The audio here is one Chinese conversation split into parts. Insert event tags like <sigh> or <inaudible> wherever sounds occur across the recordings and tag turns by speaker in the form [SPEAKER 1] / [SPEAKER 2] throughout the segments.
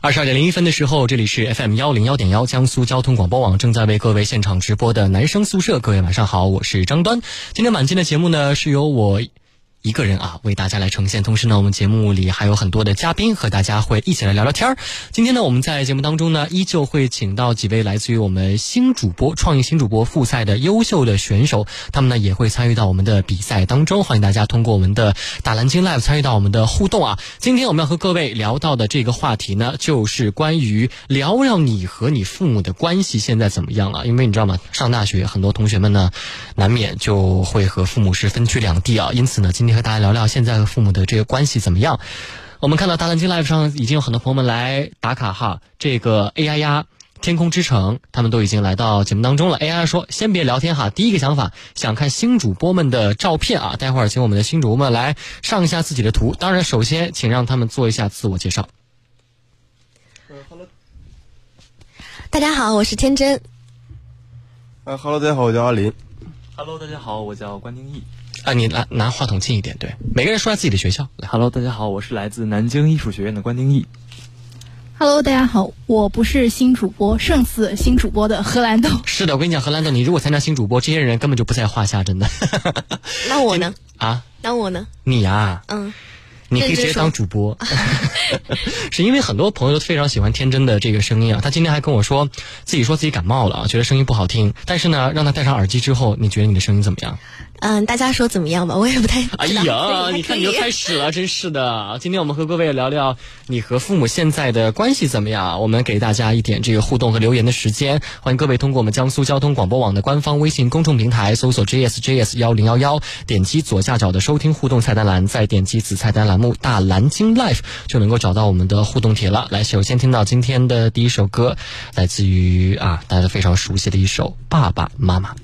[SPEAKER 1] 二十二点零一分的时候，这里是 FM 幺零幺点幺江苏交通广播网正在为各位现场直播的男生宿舍，各位晚上好，我是张端。今天晚间的节目呢，是由我一个人啊为大家来呈现，同时呢，我们节目里还有很多的嘉宾和大家会一起来聊聊天儿。今天呢，我们在节目当中呢，依旧会请到几位来自于我们新主播创意新主播复赛的优秀的选手，他们呢也会参与到我们的比赛当中。欢迎大家通过我们的打蓝鲸 Live 参与到我们的互动啊。今天我们要和各位聊到的这个话题呢，就是关于聊聊你和你父母的关系现在怎么样啊？因为你知道吗，上大学很多同学们呢，难免就会和父母是分居两地啊。因此呢，今天和大家聊聊现在和父母的这个关系怎么样。我们看到大蓝鲸 Live 上已经有很多朋友们来打卡哈，这个 A 丫丫。天空之城，他们都已经来到节目当中了。A I 说，先别聊天哈，第一个想法想看新主播们的照片啊，待会儿请我们的新主播们来上一下自己的图。当然，首先请让他们做一下自我介绍。
[SPEAKER 2] 大家好，我是天真。
[SPEAKER 3] 呃哈喽，大家好，我叫阿林。
[SPEAKER 4] Hello，大家好，我叫关丁义。
[SPEAKER 1] 啊，你拿拿话筒近一点，对，每个人说下自己的学校。来
[SPEAKER 4] Hello，大家好，我是来自南京艺术学院的关丁义。
[SPEAKER 5] Hello，大家好，我不是新主播，胜似新主播的荷兰豆。 <laughs>
[SPEAKER 1] 是的，我跟你讲，荷兰豆，你如果参加新主播，这些人根本就不在话下，真的 <laughs>
[SPEAKER 2] 那我呢？
[SPEAKER 1] 啊！
[SPEAKER 2] 那我呢？
[SPEAKER 1] 你呀、
[SPEAKER 2] 嗯，
[SPEAKER 1] 你可以直接当主 <laughs> 播，是因为很多朋友都非常喜欢天真的这个声音啊。他今天还跟我说，自己说自己感冒了啊，觉得声音不好听。但是呢，让他戴上耳机之后，你觉得你的声音怎么样？
[SPEAKER 2] 嗯，大家说怎么样吧？我也不太
[SPEAKER 1] <laughs> 哎
[SPEAKER 2] 知道
[SPEAKER 1] 呀，你看你又开始了，真是的。今天我们和各位聊聊你和父母现在的关系怎么样？我们给大家一点这个互动和留言的时间，欢迎各位通过我们江苏交通广播网的官方微信公众平台搜索 JSJS 幺零幺幺，点击左下角的收听互动菜单栏，再点击子菜单栏目大蓝鲸 Life 就能够找到我们的互动帖了。来，首先听到今天的第一首歌，来自于啊大家都非常熟悉的一首《爸爸妈妈》。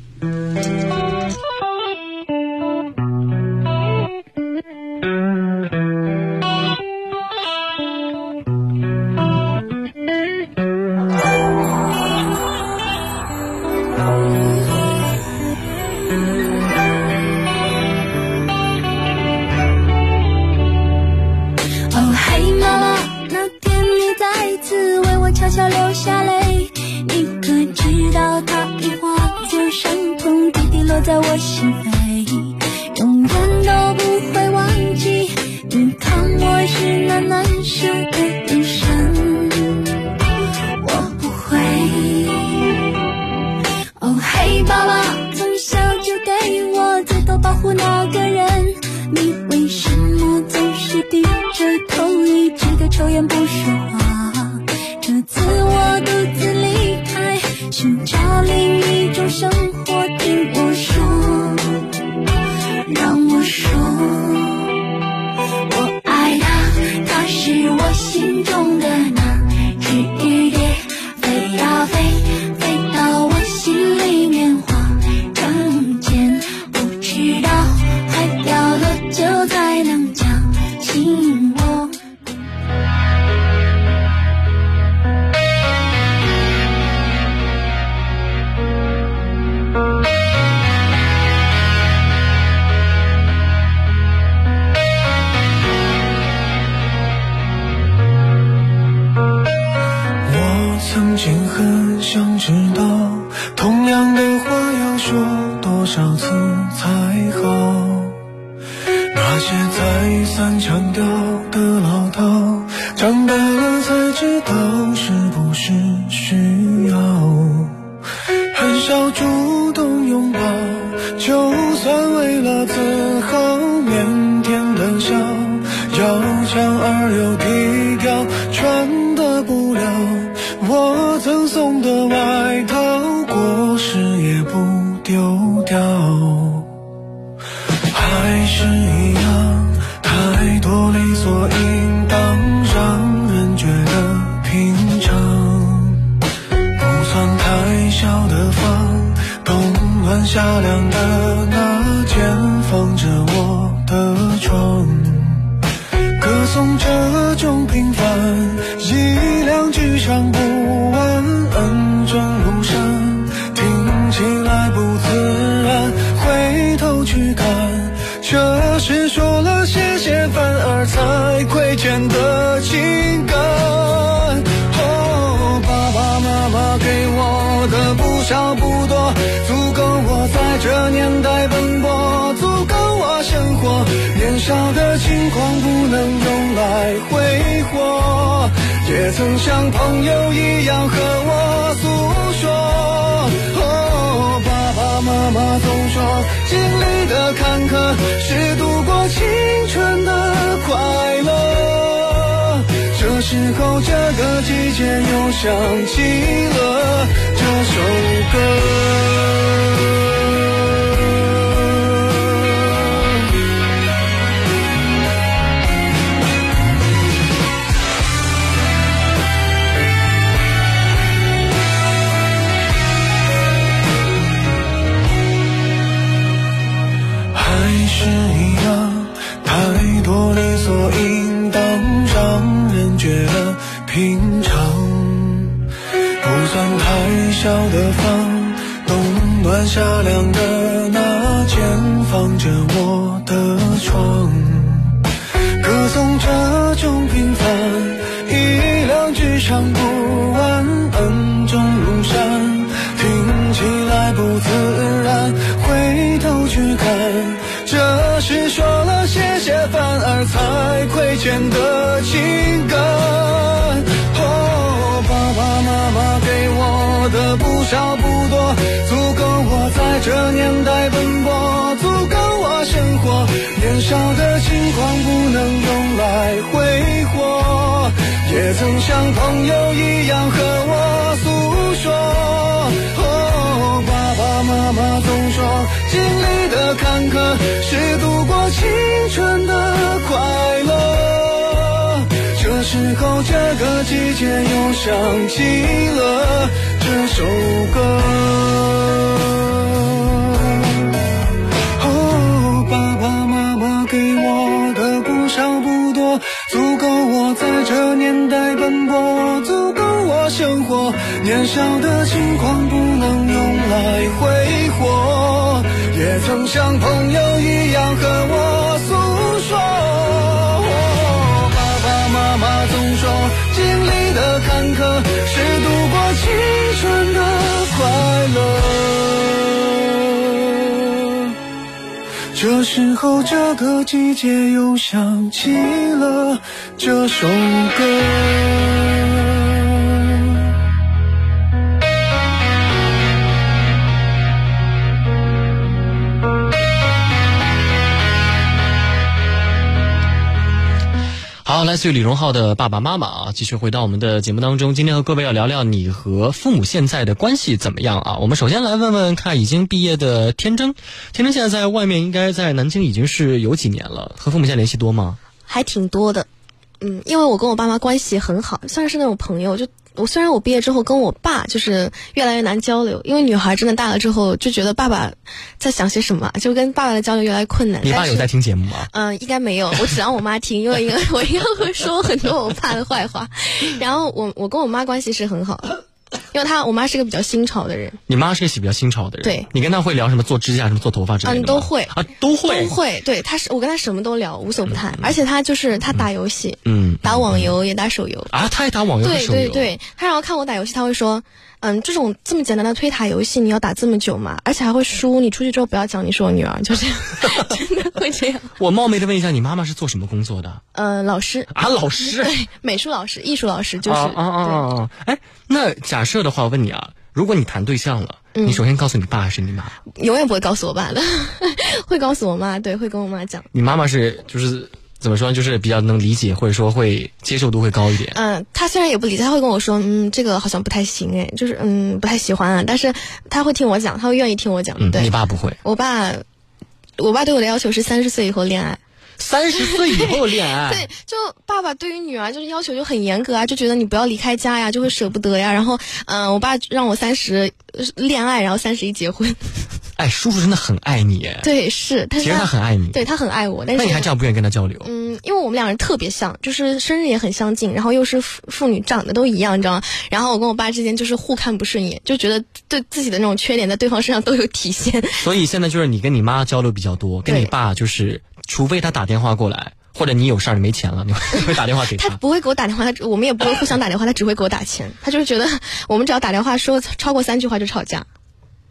[SPEAKER 6] 哦嘿，妈妈，那天你再次为我悄悄流下泪，你可知道它一划就伤痛，滴滴落在我心扉，永远都不会忘记。你看我是那难舍的眼神，我不会。哦嘿，爸爸从小就给我最多保护那个人，你为什么总是低着头，一直的抽烟不说话？这次我独自离开，寻找另一种生活，听我说，让我说。我爱他，他是我心中的那只蝴蝶，飞呀飞，飞到我心里面画成茧。不知道坏掉了就才能叫醒我。
[SPEAKER 7] 我曾经很想知道，同样的话要说多少次才好？那些再三强调的唠叨，长大了才知道是不是需要。很少主动拥抱，就算为了自豪，腼腆的笑，要强而又低调，穿的不了我赠送的外套，过时也不丢掉，还是一样，太多理所应当，让人觉得平常。不算太小的房，冬暖夏凉的那间放着我的床，歌颂这种平凡，一两句唱不完，恩重如山，听起来不自然，回头去看，这是说了谢谢反而才亏欠的情感。哦少不多，足够我在这年代奔波，足够我生活。年少的轻狂不能用来挥霍，也曾像朋友一样和我诉说。哦，爸爸妈妈总说，经历的坎坷是度过青春的快乐。这时候，这个季节又想起了这首歌。还是一样，太多理所应当，让人觉得平常。不算太小的房，冬暖夏凉的那间放着我的床，歌颂这种平凡，一两句唱不完，恩重如山。听起来不自然，回头去看，这是说了谢谢反而才亏欠的情感。哦，爸爸妈妈给我的不少不多，足够我在这年代奔波，足够我生活。年少的轻狂不能用来挥霍，也曾像朋友一样和我诉说。哦，爸爸妈妈总说，经历的坎坷是度过青春的快乐。这时候，这个季节又想起了这首歌。哦，爸爸妈妈给我的不少不多，足够我在这年代奔波，足够我生活。年少的轻狂不能用来挥霍，也曾像朋友一样和我诉说。爸爸妈妈总说，经历的坎坷是度过青春的快乐。这时候，这个季节又想起了这首歌。
[SPEAKER 1] 好，来自于李荣浩的爸爸妈妈啊，继续回到我们的节目当中。今天和各位要聊聊你和父母现在的关系怎么样啊？我们首先来问问看，已经毕业的天真，天真现在在外面应该在南京已经是有几年了，和父母现在联系多吗？
[SPEAKER 2] 还挺多的。嗯，因为我跟我爸妈关系很好，算是那种朋友。就我虽然我毕业之后跟我爸就是越来越难交流，因为女孩真的大了之后就觉得爸爸在想些什么，就跟爸爸的交流越来越困难。
[SPEAKER 1] 你爸
[SPEAKER 2] 但是
[SPEAKER 1] 有在听节目吗？
[SPEAKER 2] 嗯，应该没有，我只让我妈听，因为因为我应该会说很多我爸的坏话。然后我我跟我妈关系是很好的，因为她我妈是个比较新潮的人，
[SPEAKER 1] 你妈是个比较新潮的人，
[SPEAKER 2] 对
[SPEAKER 1] 你跟她会聊什么做指甲、什么做头发之类的吗
[SPEAKER 2] 嗯都会
[SPEAKER 1] 啊，都会，
[SPEAKER 2] 都会对她是我跟她什么都聊，无所不谈。而且她就是她打游戏，
[SPEAKER 1] 嗯
[SPEAKER 2] 打网游也打手游，
[SPEAKER 1] 啊，她还打网游和
[SPEAKER 2] 对
[SPEAKER 1] 手游，
[SPEAKER 2] 对对，她然后看我打游戏，她会说。嗯，这种这么简单的推塔游戏，你要打这么久吗？而且还会输，你出去之后不要讲你是我 <laughs> 女儿，就这样，真的会这样。
[SPEAKER 1] 我冒昧的问一下，你妈妈是做什么工作的
[SPEAKER 2] 嗯，老师，
[SPEAKER 1] 啊？老师，
[SPEAKER 2] 对，美术老师、艺术老师就是，
[SPEAKER 1] 啊啊啊
[SPEAKER 2] 对
[SPEAKER 1] 啊！啊哎，那假设的话，我问你啊，如果你谈对象了，
[SPEAKER 2] 嗯
[SPEAKER 1] 你首先告诉你爸还是你妈？
[SPEAKER 2] 永远不会告诉我爸的， <laughs> 会告诉我妈，对，会跟我妈讲。
[SPEAKER 1] 你妈妈是就是怎么说呢，就是比较能理解，或者说会接受度会高一点。
[SPEAKER 2] 嗯，他虽然也不理解，他会跟我说，嗯，这个好像不太行，哎，就是嗯不太喜欢啊，但是他会听我讲，他会愿意听我讲。
[SPEAKER 1] 嗯，
[SPEAKER 2] 对，
[SPEAKER 1] 你爸不会。
[SPEAKER 2] 我爸，我爸对我的要求是三十岁以后恋爱。
[SPEAKER 1] 三十岁以后恋爱，
[SPEAKER 2] 对，就爸爸对于女儿就是要求就很严格啊，就觉得你不要离开家呀，就会舍不得呀。然后，嗯、我爸让我三十恋爱，然后三十一结婚。
[SPEAKER 1] 哎，叔叔真的很爱你哎，
[SPEAKER 2] 对，是，但
[SPEAKER 1] 其
[SPEAKER 2] 是
[SPEAKER 1] 实他很爱你。
[SPEAKER 2] 对他很爱我，但是
[SPEAKER 1] 那你还这样不愿意跟他交流？
[SPEAKER 2] 嗯，因为我们两人特别像，就是生日也很相近，然后又是父父女，长得都一样，你知道吗？然后我跟我爸之间就是互看不顺眼，就觉得对自己的那种缺点在对方身上都有体现。
[SPEAKER 1] 所以现在就是你跟你妈交流比较多，跟
[SPEAKER 2] 对
[SPEAKER 1] 你爸就是，除非他打电话过来，或者你有事儿你没钱了， <laughs> 你会会打电话给
[SPEAKER 2] 他 <laughs>
[SPEAKER 1] 他。
[SPEAKER 2] 不会给我打电话，他我们也不会互相打电话，他只会给我打钱。他就是觉得我们只要打电话说超过三句话就吵架。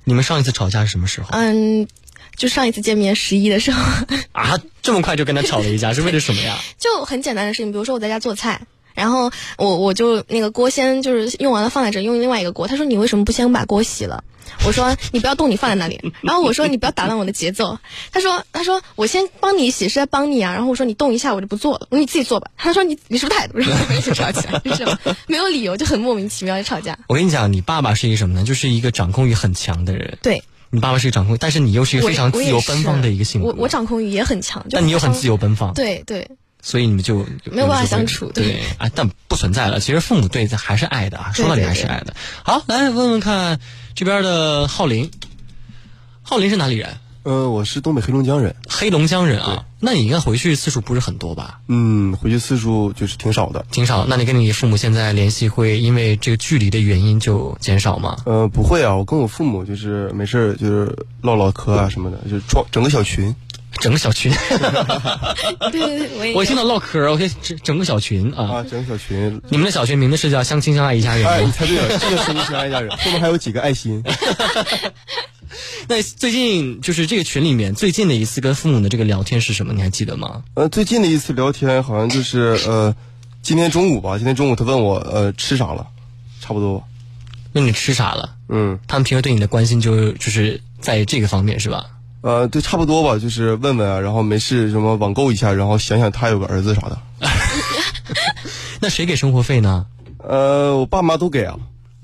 [SPEAKER 1] 你们上一次吵架是什么时候
[SPEAKER 2] 嗯，就上一次见面十一的时候，
[SPEAKER 1] 啊？这么快就跟他吵了一架，是为了什么呀？
[SPEAKER 2] 就很简单的事情，比如说我在家做菜。然后我我就那个锅先就是用完了放在这，用另外一个锅。他说你为什么不先把锅洗了？我说你不要动，你放在那里。然后我说你不要打乱我的节奏。他说他说我先帮你洗是在帮你啊。然后我说你动一下我就不做了，我说你自己做吧。他说你你是不是态度？然后我们一起吵起来，就是这种没有理由就很莫名其妙的吵架。
[SPEAKER 1] 我跟你讲，你爸爸是一个什么呢？就是一个掌控欲很强的人。
[SPEAKER 2] 对，
[SPEAKER 1] 你爸爸是一个掌控，但是你又是一个非常
[SPEAKER 2] 我
[SPEAKER 1] 自由奔放的一个性格。
[SPEAKER 2] 我我掌控欲也很强，就
[SPEAKER 1] 但你又很
[SPEAKER 2] 非常
[SPEAKER 1] 自由奔放，，
[SPEAKER 2] 对对，
[SPEAKER 1] 所以你们就
[SPEAKER 2] 没有办法相处
[SPEAKER 1] 对
[SPEAKER 2] 对
[SPEAKER 1] 啊，但不存在了。其实父母对还是爱的啊，
[SPEAKER 2] 对
[SPEAKER 1] 说到底
[SPEAKER 2] 对
[SPEAKER 1] 还是
[SPEAKER 2] 对
[SPEAKER 1] 爱的。好，来问问看这边的浩林，浩林是哪里人？
[SPEAKER 3] 呃，我是东北黑龙江人，
[SPEAKER 1] 黑龙江人啊，那你应该回去次数不是很多吧？
[SPEAKER 3] 嗯，回去次数就是挺少的。
[SPEAKER 1] 挺少。那你跟你父母现在联系会因为这个距离的原因就减少吗？
[SPEAKER 3] 呃，不会啊，我跟我父母就是没事儿就是唠唠嗑啊什么的，就是创整个小群。
[SPEAKER 1] 整个小群，
[SPEAKER 2] 对对对，我也
[SPEAKER 1] 我一听到唠嗑，我可以整整个小群啊。
[SPEAKER 3] 啊，整个小群。
[SPEAKER 1] 你们的小群名字是叫相亲相爱一家人吗？
[SPEAKER 3] 哎，你猜对了，这个是一群爱家人，后面还有几个爱心。
[SPEAKER 1] 哎那最近就是这个群里面最近的一次跟父母的这个聊天是什么？你还记得吗？
[SPEAKER 3] 呃，最近的一次聊天好像就是呃，今天中午吧，今天中午他问我呃吃啥了，差不多吧。
[SPEAKER 1] 问你吃啥了？
[SPEAKER 3] 嗯，
[SPEAKER 1] 他们平时对你的关心就就是在这个方面是吧？
[SPEAKER 3] 呃，对，差不多吧，就是问问啊，然后没事什么网购一下，然后想想他有个儿子啥的。
[SPEAKER 1] 那谁给生活费呢？
[SPEAKER 3] 呃，我爸妈都给啊，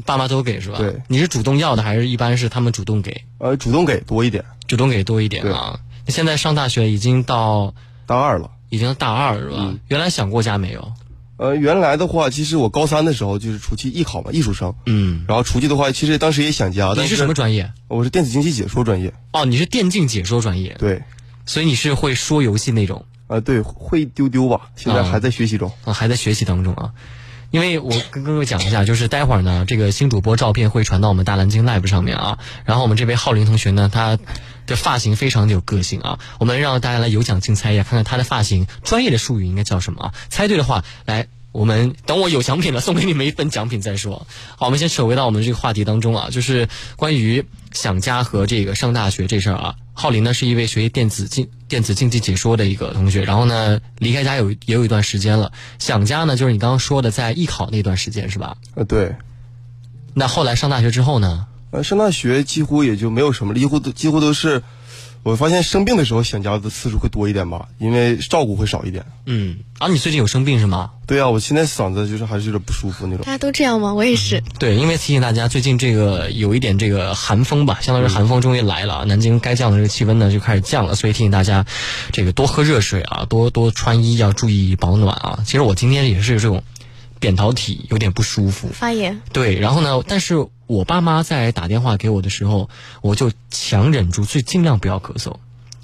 [SPEAKER 1] 爸妈都给是吧？
[SPEAKER 3] 对
[SPEAKER 1] 你是主动要的，还是一般是他们主动给？
[SPEAKER 3] 呃，主动给多一点。
[SPEAKER 1] 主动给多一点啊。那现在上大学已经到
[SPEAKER 3] 大二了，
[SPEAKER 1] 已经大二是吧？
[SPEAKER 3] 嗯
[SPEAKER 1] 原来想过家没有？
[SPEAKER 3] 呃，原来的话，其实我高三的时候就是出去艺考嘛，艺术生。
[SPEAKER 1] 嗯，
[SPEAKER 3] 然后出去的话，其实当时也想家，但
[SPEAKER 1] 你是什么专业？
[SPEAKER 3] 我是电子竞技解说专业。
[SPEAKER 1] 哦，你是电竞解说专业，
[SPEAKER 3] 对，
[SPEAKER 1] 所以你是会说游戏那种
[SPEAKER 3] 啊、对，会丢丢吧，现在还在学习中。
[SPEAKER 1] 啊，还在学习当中啊。因为我跟各位讲一下，就是待会儿呢，这个新主播照片会传到我们大蓝鲸 Live 上面啊。然后我们这位浩林同学呢，他的发型非常的有个性啊。我们让大家来有奖竞猜一下，看看他的发型专业的术语应该叫什么啊？猜对的话，来，我们等我有奖品了，送给你们一份奖品再说。好，我们先扯回到我们这个话题当中啊，就是关于想家和这个上大学这事儿啊。浩林呢是一位学习电子竞电子竞技解说的一个同学，然后呢离开家有也有一段时间了。想家呢就是你刚刚说的在艺考那段时间是吧？
[SPEAKER 3] 呃，对，
[SPEAKER 1] 那后来上大学之后呢？
[SPEAKER 3] 呃，上大学几乎也就没有什么了，几乎都几乎都是，我发现生病的时候想家的次数会多一点吧，因为照顾会少一点。
[SPEAKER 1] 嗯，啊，你最近有生病是吗？
[SPEAKER 3] 对啊，我现在嗓子就是还是有点不舒服那种
[SPEAKER 2] 大。家都这样吗？我也是。
[SPEAKER 1] 对，因为提醒大家，最近这个有一点这个寒风吧，相当于寒风终于来了啊，南京该降的这个气温呢就开始降了，所以提醒大家，这个多喝热水啊，多多穿衣，要注意保暖啊。其实我今天也是有这种扁桃体有点不舒服，
[SPEAKER 2] 发言，
[SPEAKER 1] 对，然后呢，但是我爸妈在打电话给我的时候，我就强忍住，最尽量不要咳嗽。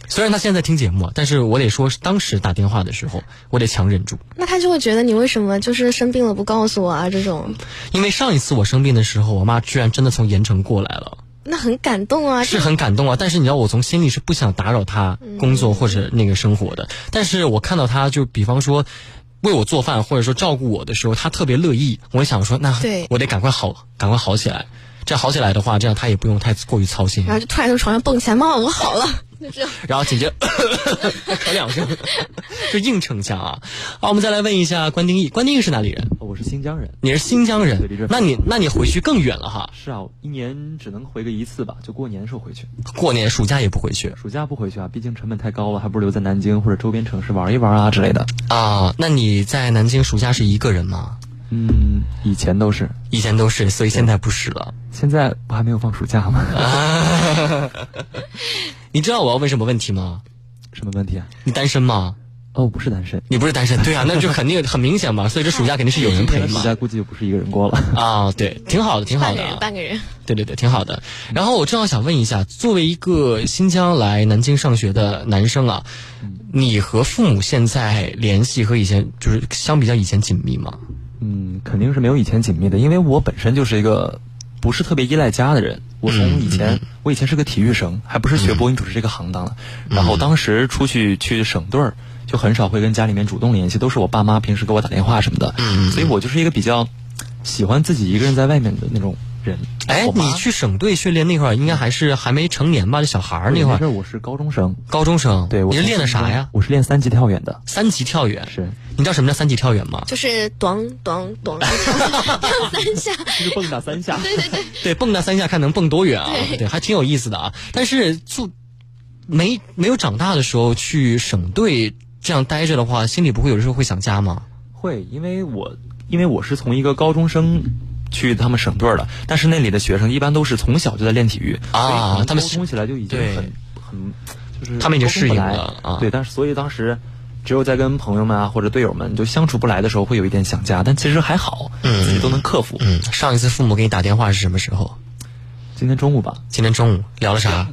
[SPEAKER 1] 虽然他现在听节目啊，但是我得说，当时打电话的时候，我得强忍住。
[SPEAKER 2] 那他就会觉得你为什么就是生病了不告诉我啊？这种，
[SPEAKER 1] 因为上一次我生病的时候，我妈居然真的从盐城过来了，
[SPEAKER 2] 那很感动啊。
[SPEAKER 1] 是
[SPEAKER 2] 这
[SPEAKER 1] 很感动啊。但是你知道，我从心里是不想打扰她工作或者那个生活的。但是我看到她，就比方说为我做饭或者说照顾我的时候，她特别乐意。我想说，那
[SPEAKER 2] 对
[SPEAKER 1] 我得赶快好，赶快好起来。这样好起来的话，这样她也不用太过于操心。
[SPEAKER 2] 然后就突然从床上蹦起来，妈妈，我好了。
[SPEAKER 1] 然后紧接着咳两声，就硬撑下啊。好，我们再来问一下关丁义，关丁义是哪里人？
[SPEAKER 4] 呃我是新疆人。
[SPEAKER 1] 你是新疆
[SPEAKER 4] 对离这
[SPEAKER 1] 人
[SPEAKER 4] 儿，
[SPEAKER 1] 那你那你回去更远了哈。
[SPEAKER 4] 是啊，我一年只能回个一次吧，就过年时候回去，
[SPEAKER 1] 过年暑假也不回去
[SPEAKER 4] 暑假不回去啊，毕竟成本太高了，还不如留在南京或者周边城市玩一玩啊之类的。
[SPEAKER 1] 啊？那你在南京暑假是一个人吗？
[SPEAKER 4] 嗯，以前都是，
[SPEAKER 1] 以前都是，所以现在不是了。
[SPEAKER 4] 现在不还没有放暑假吗？ <laughs>
[SPEAKER 1] 你知道我要问什么问题吗？
[SPEAKER 4] 什么问题啊？
[SPEAKER 1] 你单身吗？
[SPEAKER 4] 哦，不是单身，
[SPEAKER 1] 你不是单身，对啊， <laughs> 那就肯定很明显嘛。所以这哎暑假肯定是有人陪
[SPEAKER 4] 暑
[SPEAKER 1] 嘛。
[SPEAKER 4] 假估计就不是一个人过了。
[SPEAKER 1] 啊，对，挺好的，挺好
[SPEAKER 2] 半
[SPEAKER 1] 的
[SPEAKER 2] 个
[SPEAKER 1] 啊、
[SPEAKER 2] 人，半个人，
[SPEAKER 1] 对对对，挺好的。然后我正好想问一下，作为一个新疆来南京上学的男生啊，你和父母现在联系和以前就是相比较以前紧密吗？
[SPEAKER 4] 嗯，肯定是没有以前紧密的，因为我本身就是一个不是特别依赖家的人。我从以前，我以前是个体育生，还不是学播音主持这个行当的。然后当时出去去省队儿，就很少会跟家里面主动联系，都是我嗯爸妈平时给我打电话什么的。所以我就是一个比较喜欢自己一个人在外面的那种人。
[SPEAKER 1] 哎
[SPEAKER 4] 我，妈
[SPEAKER 1] 你去省队训练那会儿，应该还是还没成年吧？这小孩儿那会
[SPEAKER 4] 没事
[SPEAKER 1] 儿，
[SPEAKER 4] 儿我是高中生，
[SPEAKER 1] 高中生，
[SPEAKER 4] 对，我
[SPEAKER 1] 你是练的啥呀？？
[SPEAKER 4] 我是练三级跳远的，
[SPEAKER 1] 三级跳远，
[SPEAKER 4] 是
[SPEAKER 1] 你知道什么叫三级跳远吗？
[SPEAKER 2] 就是咚咚咚跳三下，
[SPEAKER 4] 就是蹦跶三下。
[SPEAKER 2] 对对对，
[SPEAKER 1] 对，蹦跶三下看能蹦多远啊？
[SPEAKER 2] 对
[SPEAKER 1] 对，还挺有意思的啊。但是就没没有长大的时候去省队这样待着的话，心里不会有的时候会想家吗？
[SPEAKER 4] 会，因为我因为我是从一个高中生去他们省队儿的，但是那里的学生一般都是从小就在练体育
[SPEAKER 1] 啊
[SPEAKER 4] 所以可能
[SPEAKER 1] 他们
[SPEAKER 4] 沟
[SPEAKER 1] 是
[SPEAKER 4] 通起来就已经
[SPEAKER 1] 对
[SPEAKER 4] 很很就是
[SPEAKER 1] 他们已经适应了
[SPEAKER 4] 沟通不来
[SPEAKER 1] 啊
[SPEAKER 4] 对，但是所以当时。只有在跟朋友们啊或者队友们就相处不来的时候，会有一点想家，但其实还好，
[SPEAKER 1] 嗯
[SPEAKER 4] 自己都能克服。
[SPEAKER 1] 嗯，上一次父母给你打电话是什么时候？
[SPEAKER 4] 今天中午吧，
[SPEAKER 1] 今天中午聊了啥？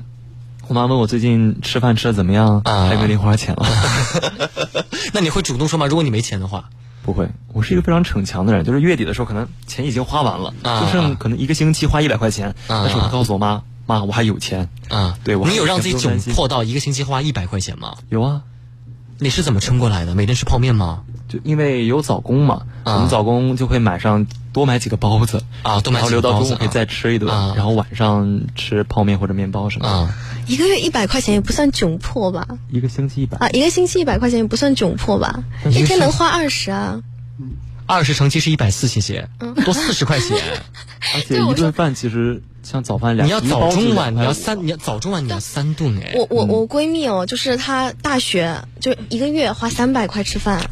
[SPEAKER 4] 我妈问我最近吃饭吃的怎么样，
[SPEAKER 1] 啊
[SPEAKER 4] 还有没有零花钱了。
[SPEAKER 1] <laughs> 那你会主动说吗？如果你没钱的话，
[SPEAKER 4] 不会，我是一个非常逞强的人，就是月底的时候可能钱已经花完了，
[SPEAKER 1] 啊
[SPEAKER 4] 就剩可能一个星期花一百块钱，但是我会告诉我妈，妈我还有钱。
[SPEAKER 1] 啊，
[SPEAKER 4] 对我
[SPEAKER 1] 你有让自己
[SPEAKER 4] 还是不用担
[SPEAKER 1] 窘
[SPEAKER 4] 心
[SPEAKER 1] 迫到一个星期花一百块钱吗？
[SPEAKER 4] 有啊，
[SPEAKER 1] 你是怎么撑过来的？每天吃泡面吗？
[SPEAKER 4] 就因为有早工嘛，
[SPEAKER 1] 啊
[SPEAKER 4] 我们早工就会买上多买几个包子
[SPEAKER 1] 啊多买
[SPEAKER 4] 然后
[SPEAKER 1] 几
[SPEAKER 4] 留
[SPEAKER 1] 个
[SPEAKER 4] 到
[SPEAKER 1] 包子
[SPEAKER 4] 中午可以再吃一顿，
[SPEAKER 1] 啊
[SPEAKER 4] 然后晚上吃泡面或者面包什么的。
[SPEAKER 1] 啊，
[SPEAKER 2] 一个月一百块钱也不算窘迫吧？
[SPEAKER 4] 一个星期一
[SPEAKER 1] 哎
[SPEAKER 4] 百，
[SPEAKER 2] 啊，一个星期一百块钱也不算窘迫吧？一天能花二十啊？
[SPEAKER 1] 二十乘七是一百四，谢谢，
[SPEAKER 2] 嗯
[SPEAKER 1] 多四十块钱。
[SPEAKER 4] 而且一顿饭其实像早 <laughs> 饭两，
[SPEAKER 1] 你要
[SPEAKER 4] 一包子
[SPEAKER 1] 早中晚，
[SPEAKER 4] 2.5
[SPEAKER 1] 你要三，你要早中晚你要三顿哎。
[SPEAKER 2] 我我我闺蜜哦，就是她大学就一个月花三百块吃饭。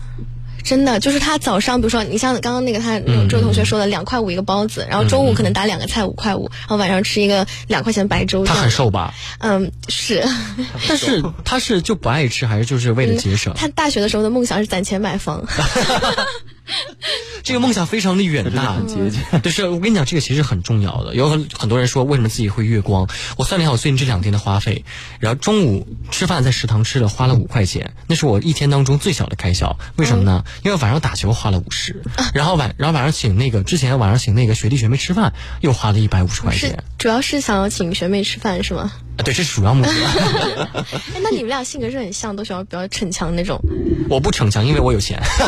[SPEAKER 2] 真的就是她早上，比如说你像刚刚那个她那种
[SPEAKER 1] 嗯
[SPEAKER 2] 这位同学说的，两块五一个包子，然后中午可能打两个菜五块五，然后晚上吃一个两块钱白粥。
[SPEAKER 1] 他
[SPEAKER 2] 这样
[SPEAKER 1] 很，瘦吧？
[SPEAKER 2] 嗯，是。
[SPEAKER 1] 但是他是就不爱吃，还是就是为了节
[SPEAKER 2] <laughs>
[SPEAKER 1] 省？
[SPEAKER 2] 她大学的时候的梦想是攒钱买房，
[SPEAKER 1] 这个梦想非常的远
[SPEAKER 4] 真的
[SPEAKER 1] 大
[SPEAKER 4] 很。节俭。
[SPEAKER 1] 就是我跟你讲，这个其实很重要的。有很很多人说，为什么自己会月光？我算了一下我最近这两天的花费，然后中午吃饭在食堂吃了，花了五块钱，那是我一天当中最小的开销。为什么呢？因为晚上打球花了五十，然后晚然后晚上请那个之前晚上请那个学弟学妹吃饭又花了一百五十块
[SPEAKER 2] 是
[SPEAKER 1] 钱。
[SPEAKER 2] 主要是想要请学妹吃饭是吗？ <laughs>
[SPEAKER 1] 啊对，这是主要目的。
[SPEAKER 2] 哎，那你们俩性格是很像，都喜欢比较逞强那种。
[SPEAKER 1] 我不逞强，因为我有钱。 <laughs>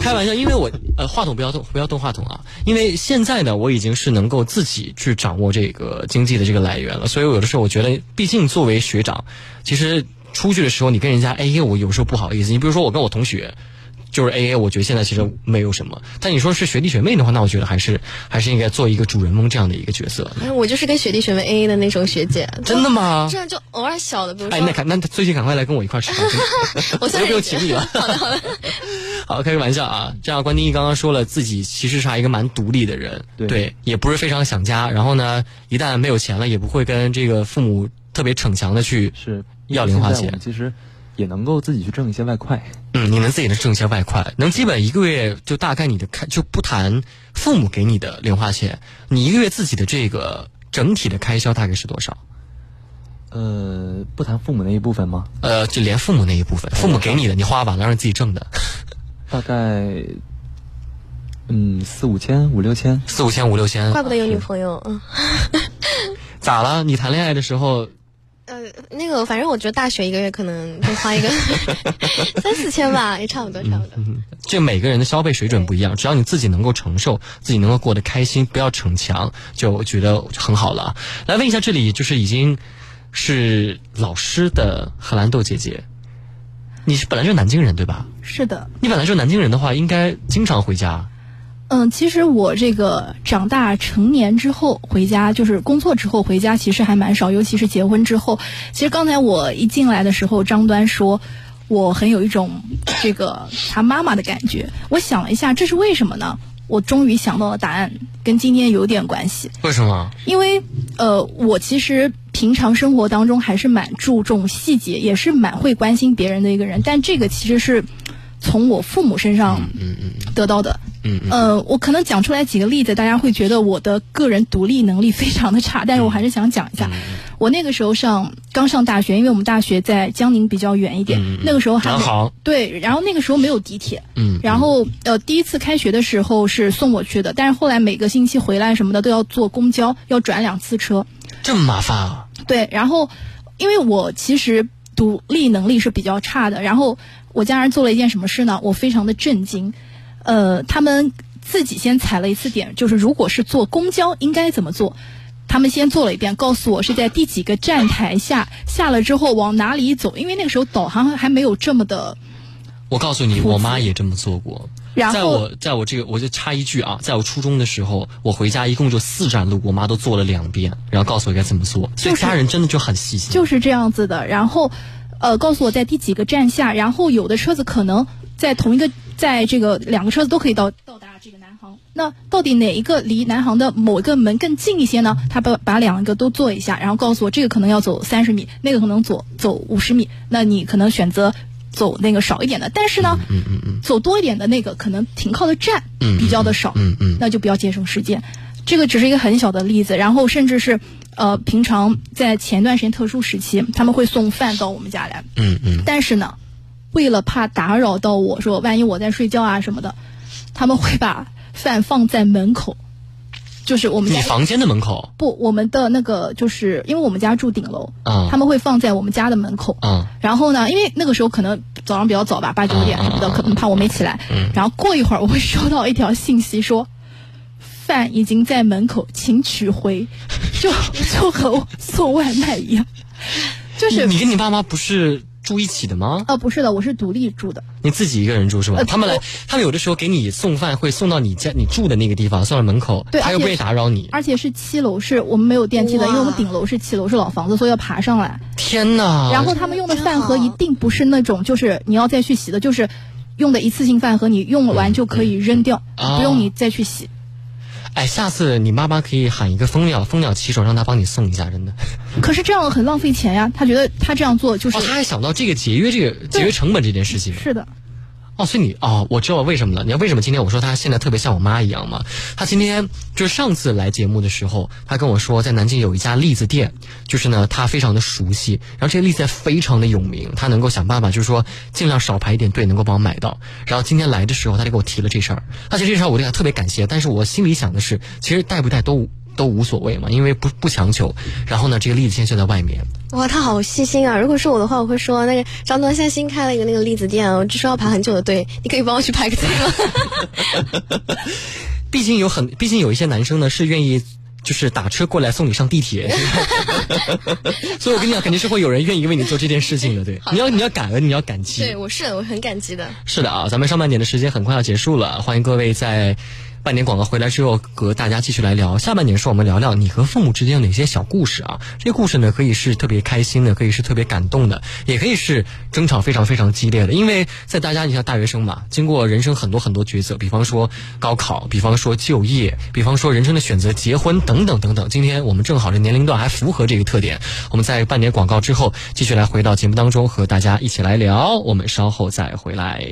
[SPEAKER 1] 开玩笑，因为我呃话筒不要动，不要动话筒啊！因为现在呢，我已经是能够自己去掌握这个经济的这个来源了，所以我有的时候我觉得，毕竟作为学长，其实出去的时候你跟人家 AA，我有时候不好意思。你比如说我跟我同学。就是 A A，我觉得现在其实没有什么。但你说是学弟学妹的话，那我觉得还是还是应该做一个主人翁这样的一个角色。
[SPEAKER 2] 哎，我就是跟学弟学妹 A A 的那种学姐。
[SPEAKER 1] 真的吗
[SPEAKER 2] 这样就偶尔小的，比如说，
[SPEAKER 1] 哎，那赶那最近赶快来跟我一块儿吃饭，真
[SPEAKER 2] <laughs>
[SPEAKER 1] 的 <laughs>
[SPEAKER 2] 我
[SPEAKER 1] 我
[SPEAKER 2] 现在
[SPEAKER 1] 又不用
[SPEAKER 2] 已经
[SPEAKER 1] 请你了。好的，好 <laughs> 的。好，开个玩笑啊。这样，关丁一刚刚说了，自己其实是还一个蛮独立的人，
[SPEAKER 4] 对
[SPEAKER 1] 也不是非常想家。然后呢，一旦没有钱了，也不会跟这个父母特别逞强的去
[SPEAKER 4] 是
[SPEAKER 1] 要零花钱。
[SPEAKER 4] 其实也能够自己去挣一些外快。
[SPEAKER 1] 嗯，你能自己能挣一些外快，能基本一个月就大概你的开就不谈父母给你的零花钱，你一个月自己的这个整体的开销大概是多少？
[SPEAKER 4] 呃，不谈父母那一部分吗？
[SPEAKER 1] 呃，就连父母那一部分，父母给你的你花完了，让自己挣的
[SPEAKER 4] 大概，嗯，四五千、五六千。
[SPEAKER 1] 四五千五六千
[SPEAKER 2] 怪，不得有女朋友。嗯，
[SPEAKER 1] 咋了？你谈恋爱的时候
[SPEAKER 2] 呃，那个，反正我觉得大学一个月可能会花一
[SPEAKER 1] <laughs>
[SPEAKER 2] 个三四千吧，也差不多，差
[SPEAKER 1] 嗯
[SPEAKER 2] 不多。
[SPEAKER 1] 这每个人的消费水准不一样，只要你自己能够承受，自己能够过得开心，不要逞强，就我觉得很好了啊。来问一下，这里就是已经是老师的荷兰豆姐姐，你是本来就是南京人对吧？
[SPEAKER 5] 是的，
[SPEAKER 1] 你本来就是南京人的话，应该经常回家
[SPEAKER 5] 嗯，其实我这个长大成年之后回家，就是工作之后回家，其实还蛮少，尤其是结婚之后。其实刚才我一进来的时候，张端说。我很有一种这个他妈妈的感觉。我想了一下，这是为什么呢？我终于想到了答案，跟今天有点关系。
[SPEAKER 1] 为什么？
[SPEAKER 5] 因为呃，我其实平常生活当中还是蛮注重细节，也是蛮会关心别人的一个人，但这个其实是从我父母身上
[SPEAKER 1] 嗯
[SPEAKER 5] 得到的。嗯呃，我可能讲出来几个例子，大家会觉得我的个人独立能力非常的差，但是我还是想讲一下。我那个时候上刚上大学，因为我们大学在江宁比较远
[SPEAKER 1] 嗯
[SPEAKER 5] 一点，那个时候还
[SPEAKER 1] 南
[SPEAKER 5] 没
[SPEAKER 1] 航
[SPEAKER 5] 对，然后那个时候没有地铁，
[SPEAKER 1] 嗯
[SPEAKER 5] 然后呃，第一次开学的时候是送我去的，但是后来每个星期回来什么的都要坐公交，要转两次车，
[SPEAKER 1] 这么麻烦啊？
[SPEAKER 5] 对，然后因为我其实独立能力是比较差的，然后我家人做了一件什么事呢？我非常的震惊，呃，他们自己先踩了一次点，就是如果是坐公交应该怎么做。他们先做了一遍，告诉我是在第几个站台下，下了之后往哪里走，因为那个时候导航还没有这么的。
[SPEAKER 1] 我告诉你，我妈也这么做过。
[SPEAKER 5] 然后
[SPEAKER 1] 在我在我这个，我就插一句啊，在我初中的时候，我回家一共就四站路，我妈都做了两遍，然后告诉我该怎么做，所以
[SPEAKER 5] 就是
[SPEAKER 1] 家人真的就很细心。
[SPEAKER 5] 就是这样子的。然后，呃，告诉我在第几个站下，然后有的车子可能在同一个，在这个两个车子都可以到到达这个南航。那到底哪一个离南航的某一个门更近一些呢？他把把两个都做一下，然后告诉我这个可能要走三十米，那个可能走走五十米，那你可能选择。走那个少一点的，但是呢，
[SPEAKER 1] 嗯
[SPEAKER 5] 走多一点的那个可能停靠的站比较的少，
[SPEAKER 1] 嗯嗯
[SPEAKER 5] 那就比较节省时间。这个只是一个很小的例子，然后甚至是呃，平常在前段时间特殊时期，他们会送饭到我们家来，
[SPEAKER 1] 嗯嗯，
[SPEAKER 5] 但是呢，为了怕打扰到我说万一我在睡觉啊什么的，他们会把饭放在门口，就是我们家
[SPEAKER 1] 你房间的门口
[SPEAKER 5] 不我们的那个就是因为我们家住顶楼，
[SPEAKER 1] 啊
[SPEAKER 5] 他们会放在我们家的门口，
[SPEAKER 1] 啊，
[SPEAKER 5] 然后呢，因为那个时候可能早上比较早吧，八九点
[SPEAKER 1] 嗯
[SPEAKER 5] 什么的，可能怕我没起来。然后过一会儿我会收到一条信息说，饭已经在门口，请取回， <laughs> 就就和我送外卖一样，就是
[SPEAKER 1] 你跟你爸妈不是住一起的吗？
[SPEAKER 5] 呃不是的，我是独立住的，
[SPEAKER 1] 你自己一个人住是吧？
[SPEAKER 5] 呃
[SPEAKER 1] 他们来，他们有的时候给你送饭，会送到你家你住的那个地方，送到门口，
[SPEAKER 5] 对
[SPEAKER 1] 他又
[SPEAKER 5] 而且
[SPEAKER 1] 不会打扰你。
[SPEAKER 5] 而且是七楼，是我们没有电梯的，因为我们顶楼是七楼，是老房子，所以要爬上来。
[SPEAKER 1] 天哪！
[SPEAKER 5] 然后他们用的
[SPEAKER 2] 真
[SPEAKER 5] 饭
[SPEAKER 2] 好
[SPEAKER 5] 盒一定不是那种，就是你要再去洗的，就是用的一次性饭盒，你用完就可以扔掉，
[SPEAKER 1] 嗯
[SPEAKER 5] 不用
[SPEAKER 1] 哦
[SPEAKER 5] 你再去洗。
[SPEAKER 1] 哎，下次你妈妈可以喊一个蜂鸟，蜂鸟骑手让他帮你送一下，真的。
[SPEAKER 5] 可是这样很浪费钱呀，他觉得他这样做就是、
[SPEAKER 1] 哦，他还想到这个节约这个节约成本这件事情。
[SPEAKER 5] 是的，
[SPEAKER 1] 哦，所以你哦，我知道为什么了。你知道为什么今天我说她现在特别像我妈一样吗？她今天就是上次来节目的时候，她跟我说在南京有一家栗子店，就是呢她非常的熟悉，然后这个栗子店非常的有名，她能够想办法就是说尽量少排一点队，能够帮我买到。然后今天来的时候，她就给我提了这事儿。她其实这事儿我对她特别感谢，但是我心里想的是，其实带不带都。都无所谓嘛，因为不不强求。然后呢，这个栗子现在就在外面，
[SPEAKER 2] 哇，他好细心啊！如果是我的话，我会说那个张端现在新开了一个那个栗子店，我据说要排很久的队，你可以帮我去排个队吗？
[SPEAKER 1] <laughs> 毕竟有很，毕竟有一些男生呢是愿意。就是打车过来送你上地铁， <laughs> 所以我跟你讲，肯定是会有人愿意为你做这件事情的，对。你要你要感恩，你要感激。
[SPEAKER 2] 对，我是我很感激的。
[SPEAKER 1] 是的啊，咱们上半点的时间很快要结束了，欢迎各位在半点广告回来之后和大家继续来聊。下半点是我们聊聊你和父母之间有哪些小故事啊？这些故事呢，可以是特别开心的，可以是特别感动的，也可以是争吵非常非常激烈的。因为在大家你像大学生嘛，经过人生很多很多抉择，比方说高考，比方说就业，比方说人生的选择、结婚等等等等。今天我们正好这年龄段还符合这个特点，我们在半点广告之后继续来回到节目当中和大家一起来聊。我们稍后再回来。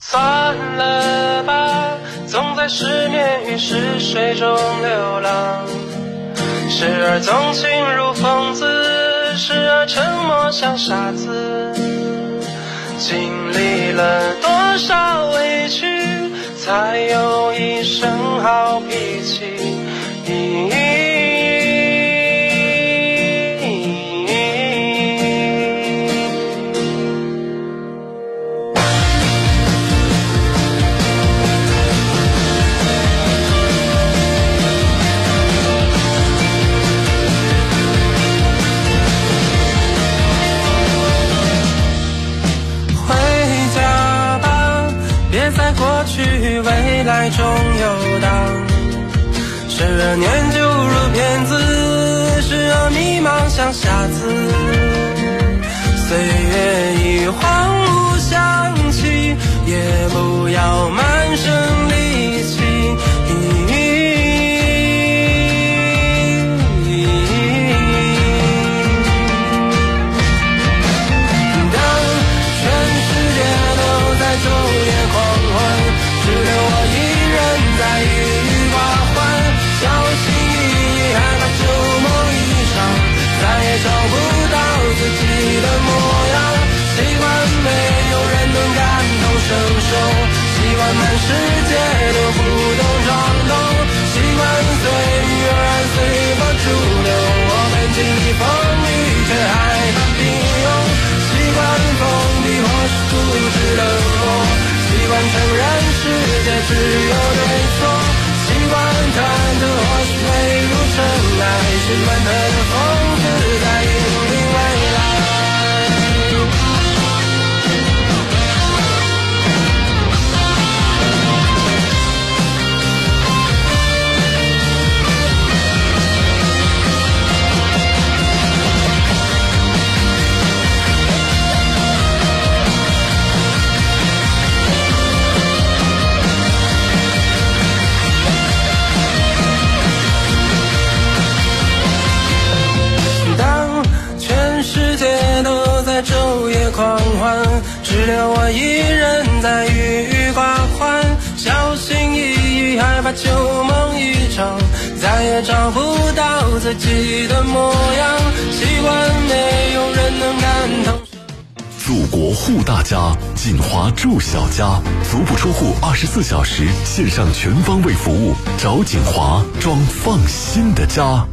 [SPEAKER 8] 算了吧，总在失眠与嗜睡中流浪，时而纵情如疯子，时而啊沉默像傻子。经历了多少委屈，才有一身好脾气。
[SPEAKER 7] 回家吧，别在过去与未来中游荡。时而念旧如骗子，时而迷茫像瞎子。岁月已荒芜想起，也不要满身戾气。当全世界都在昼夜狂欢，只留我一人在郁郁寡欢。小心翼翼害怕旧梦一场，再也找不到自己的模样。习惯没有人能感同身受，习惯满世界都不懂装懂，习惯随遇而安，随波逐流。我们经历风雨，却还能平庸。习惯封闭或是固执冷漠，习惯承认世界
[SPEAKER 8] 界只有对错，习惯贪图或许没入尘埃，是满怀的疯子在引领未来。当全世界都在昼夜狂欢，只留我一人在郁郁寡欢，小心翼翼，害怕旧梦一场，再也找不到自己的模样，习惯没有人能感同。
[SPEAKER 9] 祖国护大家，锦华住小家，足不出户，二十四小时线上全方位服务，找锦华装放心的家。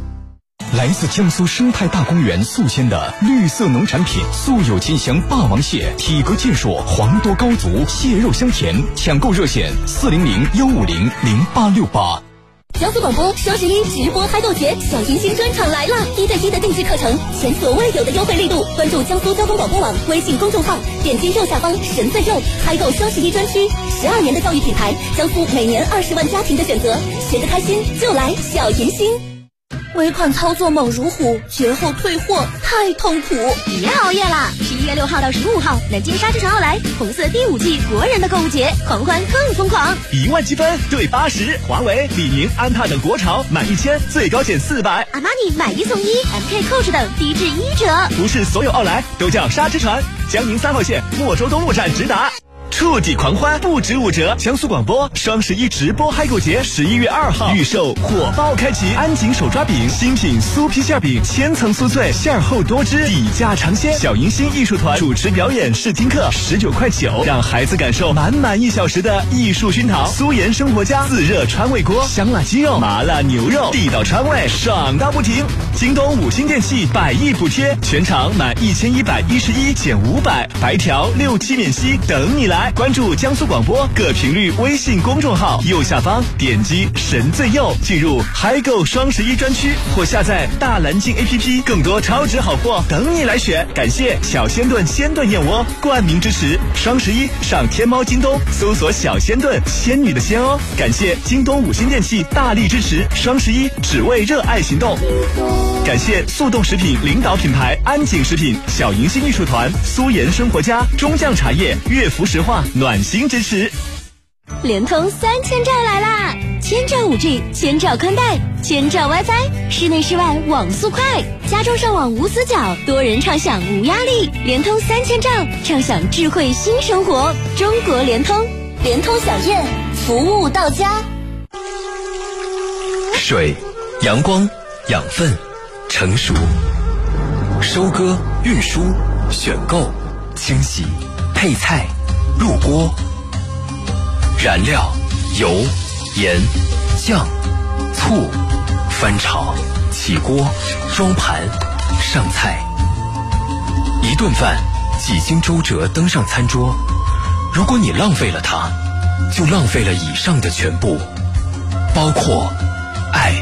[SPEAKER 10] 来自江苏生态大公园宿迁的绿色农产品，素有“金香霸王蟹”，体格健硕，黄多高足，蟹肉香甜。抢购热线：四零零幺五零零八六八。
[SPEAKER 11] 江苏广播双十一直播嗨购节小甜心专场来了！一对一的定制课程，前所未有的优惠力度。关注江苏交通广播网微信公众号，点击右下方“神最右”，嗨购双十一专区。十二年的教育品牌，江苏每年二十万家庭的选择，学得开心就来小甜心。尾款操作猛如虎，节后退货太痛苦。
[SPEAKER 12] 别熬夜啦！十一月六号到十五号，南京沙之城奥莱红色第五季国人的购物节，狂欢更疯狂。
[SPEAKER 13] 一万积分兑八十，华为、李宁、安踏等国潮满一千最高减四百，
[SPEAKER 12] 阿玛尼买一送一，MK Coach 等低至一折。
[SPEAKER 13] 不是所有奥莱都叫沙之船。江宁三号线莫州东路站直达。触底狂欢不止五折！江苏广播双十一直播嗨购节，十一月二号预售火爆开启！安井手抓饼新品酥皮馅饼，千层酥脆，馅厚多汁，底价尝鲜。小迎新艺术团主持表演试听课，十九块九，让孩子感受满满一小时的艺术熏陶。苏盐生活家自热川味锅，香辣鸡肉、麻辣牛肉，地道川味，爽到不停！京东五星电器百亿补贴，全场满一千一百一十一减五百，白条六七免息，等你来！关注江苏广播各频率微信公众号，右下方点击“神最右”，进入嗨购双十一专区，或下载大蓝鲸 APP，更多超值好货等你来选。感谢小鲜炖鲜炖燕窝冠名支持。双十一上天猫、京东搜索“小鲜炖”，仙女的仙哦。感谢京东五星电器大力支持。双十一只为热爱行动。感谢速冻食品领导品牌安井食品、小迎新艺术团、苏盐生活家、中酱茶叶、乐福石化暖心支持。
[SPEAKER 12] 联通三千兆来啦！千兆 5G，千兆宽带，千兆 WiFi，室内室外网速快，家中上网无死角，多人畅享无压力。联通三千兆，畅享智慧新生活。中国联通，
[SPEAKER 11] 联通小燕服务到家。
[SPEAKER 9] 水、阳光、养分、成熟、收割、运输、选购、清洗、配菜、入锅、燃料、油、盐、酱、醋、翻炒、起锅、装盘、上菜。一顿饭几经周折登上餐桌，如果你浪费了它，就浪费了以上的全部，包括爱。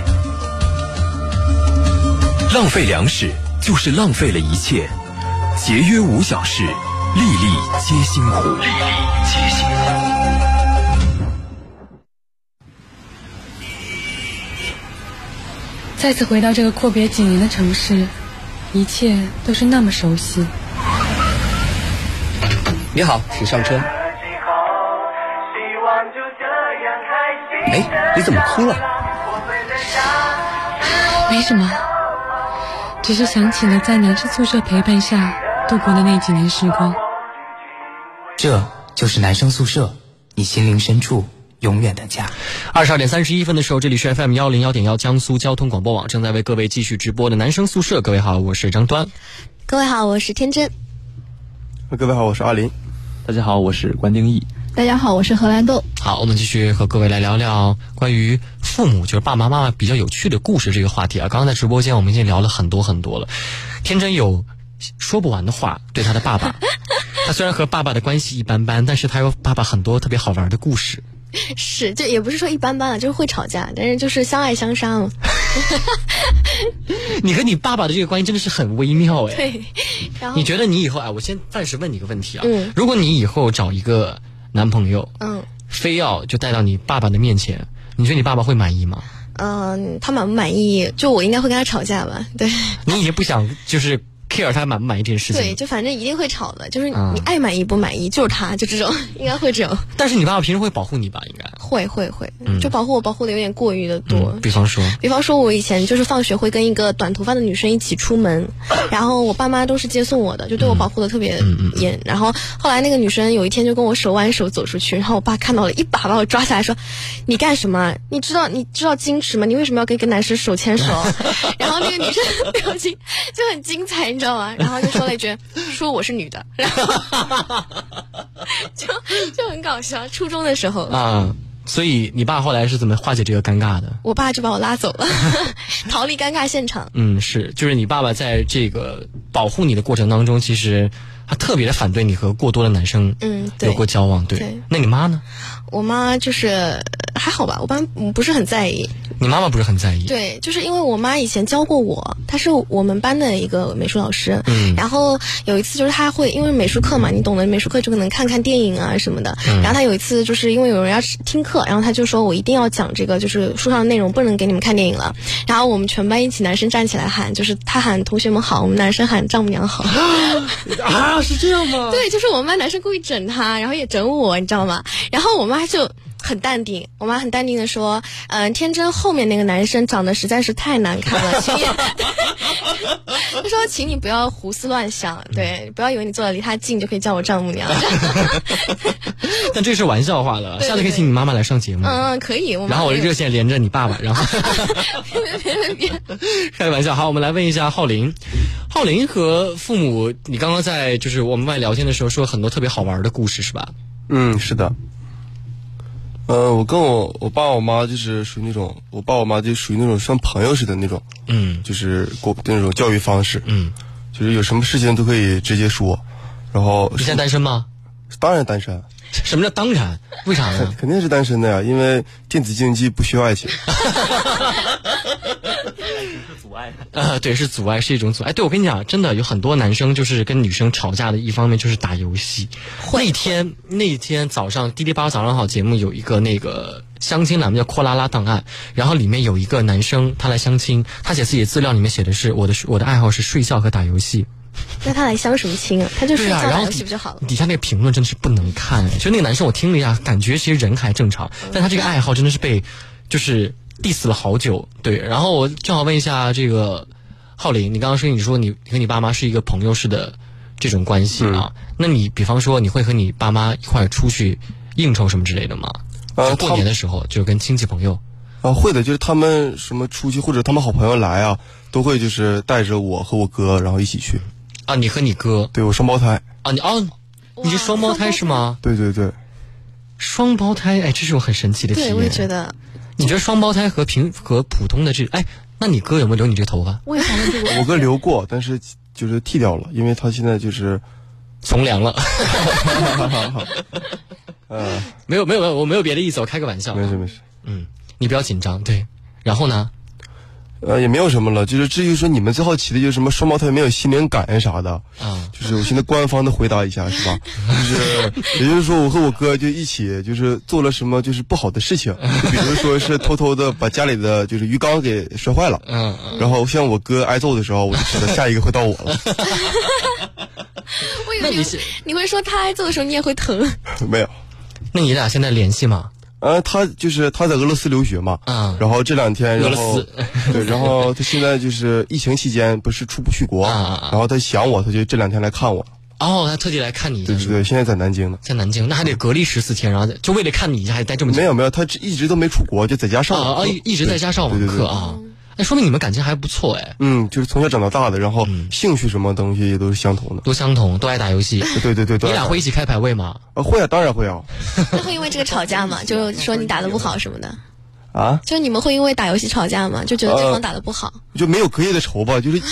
[SPEAKER 9] 浪费粮食就是浪费了一切，节约无小事，粒粒皆辛苦。粒粒皆辛苦。
[SPEAKER 14] 再次回到这个阔别几年的城市，一切都是那么熟悉。
[SPEAKER 15] 你好，请上车。哎，你怎么哭了？
[SPEAKER 14] 没什么，只是想起了在男生宿舍陪伴下度过的那几年时光。
[SPEAKER 15] 这就是男生宿舍，你心灵深处永远的家。
[SPEAKER 1] 二十二点三十一分的时候，这里是 FM 幺零幺点幺江苏交通广播网正在为各位继续直播的男生宿舍。各位好，我是张端。
[SPEAKER 2] 各位好，我是天真。
[SPEAKER 3] 各位好，我是阿林。
[SPEAKER 4] 大家好，我是关丁义。
[SPEAKER 5] 大家好，我是荷兰豆。
[SPEAKER 1] 好，我们继续和各位来聊聊关于父母，就是爸爸妈妈比较有趣的故事这个话题啊。刚刚在直播间我们已经聊了很多很多了，天真有说不完的话对
[SPEAKER 2] <laughs>
[SPEAKER 1] 他的爸爸。他虽然和爸爸的关系一般般，但是他有爸爸很多特别好玩的故事。
[SPEAKER 2] 是，就也不是说一般般啊了，就是会吵架，但是就是相爱相杀嘛。
[SPEAKER 1] 你和你爸爸的这个关系真的是很微妙哎。
[SPEAKER 2] 对，然后
[SPEAKER 1] 你觉得你以后啊，我先暂时问你一个问题啊，
[SPEAKER 2] 嗯
[SPEAKER 1] 如果你以后找一个男朋友，
[SPEAKER 2] 嗯
[SPEAKER 1] 非要就带到你爸爸的面前，你觉得你爸爸会满意吗？
[SPEAKER 2] 嗯、他满不满意？就我应该会跟他吵架吧？对。
[SPEAKER 1] 你已经不想就是 care 他满不满意这件事情
[SPEAKER 2] 对，
[SPEAKER 1] 了。
[SPEAKER 2] 就反正一定会吵的，就是你,、
[SPEAKER 1] 啊
[SPEAKER 2] 爱满意不满意，就是他，就这种，应该会这种，
[SPEAKER 1] 但是你爸爸平时会保护你吧？应该。
[SPEAKER 2] 会会会，
[SPEAKER 1] 嗯
[SPEAKER 2] 就保护我保护的有点过于的多。
[SPEAKER 1] 嗯，比方说，
[SPEAKER 2] 比方说，我以前就是放学会跟一个短头发的女生一起出门，然后我爸妈都是接送我的，就
[SPEAKER 1] 嗯
[SPEAKER 2] 对我保护的特别严。然后后来那个女生有一天就跟我手挽手走出去，然后我爸看到了，一把把我抓下来说：“你干什么啊？你知道你知道矜持吗？你为什么要跟一个男生手牵手？” <laughs> 然后那个女生的表情就很精彩，你知道吗？然后就说了一句：“说我是女的。”然后 <laughs> 就就很搞笑。初中的时候，
[SPEAKER 1] 啊，所以你爸后来是怎么化解这个尴尬的？
[SPEAKER 2] 我爸就把我拉走
[SPEAKER 1] <laughs>
[SPEAKER 2] 了，逃离尴尬现场。
[SPEAKER 1] 嗯，是，就是你爸爸在这个保护你的过程当中，其实他特别的反对你和过多的男生
[SPEAKER 2] 嗯，对
[SPEAKER 1] 有。过交往。对，
[SPEAKER 2] 对
[SPEAKER 1] 那你妈呢？
[SPEAKER 2] 我妈就是呃还好吧，我爸嗯不是很在意。
[SPEAKER 1] 你妈妈不是很在意？
[SPEAKER 2] 对，就是因为我妈以前教过我，她是我们班的一个美术老师。
[SPEAKER 1] 嗯
[SPEAKER 2] 然后有一次就是她会因为美术课嘛，你懂的，美术课就可能看看电影啊什么的。
[SPEAKER 1] 嗯
[SPEAKER 2] 然后她有一次就是因为有人要听课，然后她就说我一定要讲这个，就是书上的内容不能给你们看电影了。然后我们全班一起男生站起来喊，就是她喊同学们好，我们男生喊丈母娘
[SPEAKER 1] <laughs>
[SPEAKER 2] 好。
[SPEAKER 1] 啊，是这样吗？
[SPEAKER 2] 对，就是我们班男生故意整他，然后也整我，你知道吗？然后我妈就。很淡定，我妈很淡定的说：“嗯、天真后面那个男生长得实在是太难看了，请你，她说，请你不要胡思乱想，对，不要以为你坐的离他近就可以叫我丈母娘。
[SPEAKER 1] 但这是玩笑话了，
[SPEAKER 2] 对
[SPEAKER 1] 下次可以
[SPEAKER 2] 对
[SPEAKER 1] 请你妈妈来上节目。
[SPEAKER 2] 嗯，可以。我妈
[SPEAKER 1] 然后我
[SPEAKER 2] 没
[SPEAKER 1] 的
[SPEAKER 2] 有
[SPEAKER 1] 热线连着你爸爸，然后
[SPEAKER 2] 别别别别，
[SPEAKER 1] <laughs> 开玩笑。好，我们来问一下浩林，浩林和父母，你刚刚在就是我们外聊天的时候说很多特别好玩的故事是吧？
[SPEAKER 3] 嗯，是的。呃，我跟我我爸我妈就是属于那种，我爸我妈就属于那种像朋友似的那种，
[SPEAKER 1] 嗯，
[SPEAKER 3] 就是过那种教育方式，
[SPEAKER 1] 嗯，
[SPEAKER 3] 就是有什么事情都可以直接说，然后
[SPEAKER 1] 你现在单身吗？
[SPEAKER 3] 当然单身，
[SPEAKER 1] 什么叫当然？为啥呀？
[SPEAKER 3] 肯定是单身的呀，因为电子竞技不需要爱情。
[SPEAKER 1] <laughs> 呃，对，是阻碍，是一种阻碍。哎对，我跟你讲，真的有很多男生就是跟女生吵架的一方面就是打游戏。那天那天早上，《滴滴八早上好》节目有一个那个相亲栏目叫“阔拉拉档案”，然后里面有一个男生他来相亲，他写自己的资料里面写的是我的我的爱好是睡觉和打游戏。
[SPEAKER 2] 那他来相什么亲啊？他就睡
[SPEAKER 1] 对
[SPEAKER 2] 觉
[SPEAKER 1] 啊，然
[SPEAKER 2] 打
[SPEAKER 1] 后
[SPEAKER 2] 游
[SPEAKER 1] 底
[SPEAKER 2] 戏不就好了？
[SPEAKER 1] 底下那个评论真的是不能看，就那个男生我听了一下，感觉其实人还正常，
[SPEAKER 2] 嗯
[SPEAKER 1] 但他这个爱好真的是被就是 diss 了好久。对，然后我正好问一下这个浩林，你刚刚说你说你和你爸妈是一个朋友式的这种关系啊，
[SPEAKER 3] 嗯
[SPEAKER 1] 那你比方说你会和你爸妈一块儿出去应酬什么之类的吗？
[SPEAKER 3] 呃
[SPEAKER 1] 就过
[SPEAKER 3] 他
[SPEAKER 1] 年的时候，就跟亲戚朋友。
[SPEAKER 3] 啊，会的，就是他们什么出去或者他们好朋友来啊，都会就是带着我和我哥，然后一起去。
[SPEAKER 1] 啊，你和你哥？
[SPEAKER 3] 对，我双胞胎。
[SPEAKER 1] 啊，你哦，你是双胞胎是吗？
[SPEAKER 3] 对对对，
[SPEAKER 1] 双胞胎，哎，这是种很神奇的体验。
[SPEAKER 2] 对，我也觉得，
[SPEAKER 1] 你觉得双胞胎和平和普通的这哎，那你哥有没有留你这个头发？
[SPEAKER 5] 我也想问这个问
[SPEAKER 3] 我
[SPEAKER 5] 题。
[SPEAKER 3] 哥留过，但是就是剃掉了，因为他现在就是啊
[SPEAKER 1] 从良了。 <laughs>
[SPEAKER 3] 呃，
[SPEAKER 1] 没有没有没有，我没有别的意思，我开个玩笑。
[SPEAKER 3] 没事 <laughs> 没事，
[SPEAKER 1] 嗯，你不要紧张，对。然后呢？
[SPEAKER 3] 呃，也没有什么了。就是至于说你们最好奇的就是什么双胞胎有没有心灵感应啥的，
[SPEAKER 1] 啊，
[SPEAKER 3] 就是我现在官方的回答一下是 <laughs> 吧？就是也就是说，我和我哥就一起就是做了什么就是不好的事情，就比如说是偷偷的把家里的就是鱼缸给摔坏了，
[SPEAKER 1] 嗯，
[SPEAKER 3] 然后像我哥挨揍的时候，我就知道下一个会到我
[SPEAKER 1] <laughs>
[SPEAKER 3] 了。
[SPEAKER 2] 我以为你会你会说他挨揍的时候你也会疼。
[SPEAKER 3] 没有。
[SPEAKER 1] 那你俩现在联系吗？
[SPEAKER 3] 呃，他就是他在俄罗斯留学嘛，
[SPEAKER 1] 嗯
[SPEAKER 3] 然后这两天，
[SPEAKER 1] 俄
[SPEAKER 3] 然
[SPEAKER 1] 罗
[SPEAKER 3] 后
[SPEAKER 1] 斯
[SPEAKER 3] 对，然后他现在就是疫情期间不是出不去
[SPEAKER 1] 啊
[SPEAKER 3] 国，然后他想我，他就这两天来看我，
[SPEAKER 1] 哦，他特地来看你一下
[SPEAKER 3] 对，对对，现在在南京呢，
[SPEAKER 1] 在南京，那还得隔离十四天，然后再就为了看你一下，还待这么久。
[SPEAKER 3] 没有没有，他一直都没出国，就在家上
[SPEAKER 1] 啊
[SPEAKER 3] 网
[SPEAKER 1] 啊
[SPEAKER 3] 课
[SPEAKER 1] 一一直在家上网
[SPEAKER 3] 对对对
[SPEAKER 1] 课啊，哎，说明你们感情还不错哎，
[SPEAKER 3] 嗯，就是从小长到大的，然后
[SPEAKER 1] 嗯
[SPEAKER 3] 兴趣什么东西也都是相同的，
[SPEAKER 1] 都相同，都爱打游戏。
[SPEAKER 3] 对对对 <laughs> 对，
[SPEAKER 1] 你俩会一起开排位吗？
[SPEAKER 3] 啊？会啊，当然会啊，
[SPEAKER 2] 那会因为这个吵架吗？就是说你打的不好什么的，
[SPEAKER 3] 啊，
[SPEAKER 2] 就你们会因为打游戏吵架吗？就觉得
[SPEAKER 1] 呃
[SPEAKER 2] 对方打的不好。
[SPEAKER 3] 就没有隔夜的仇吧，就是 <laughs> 就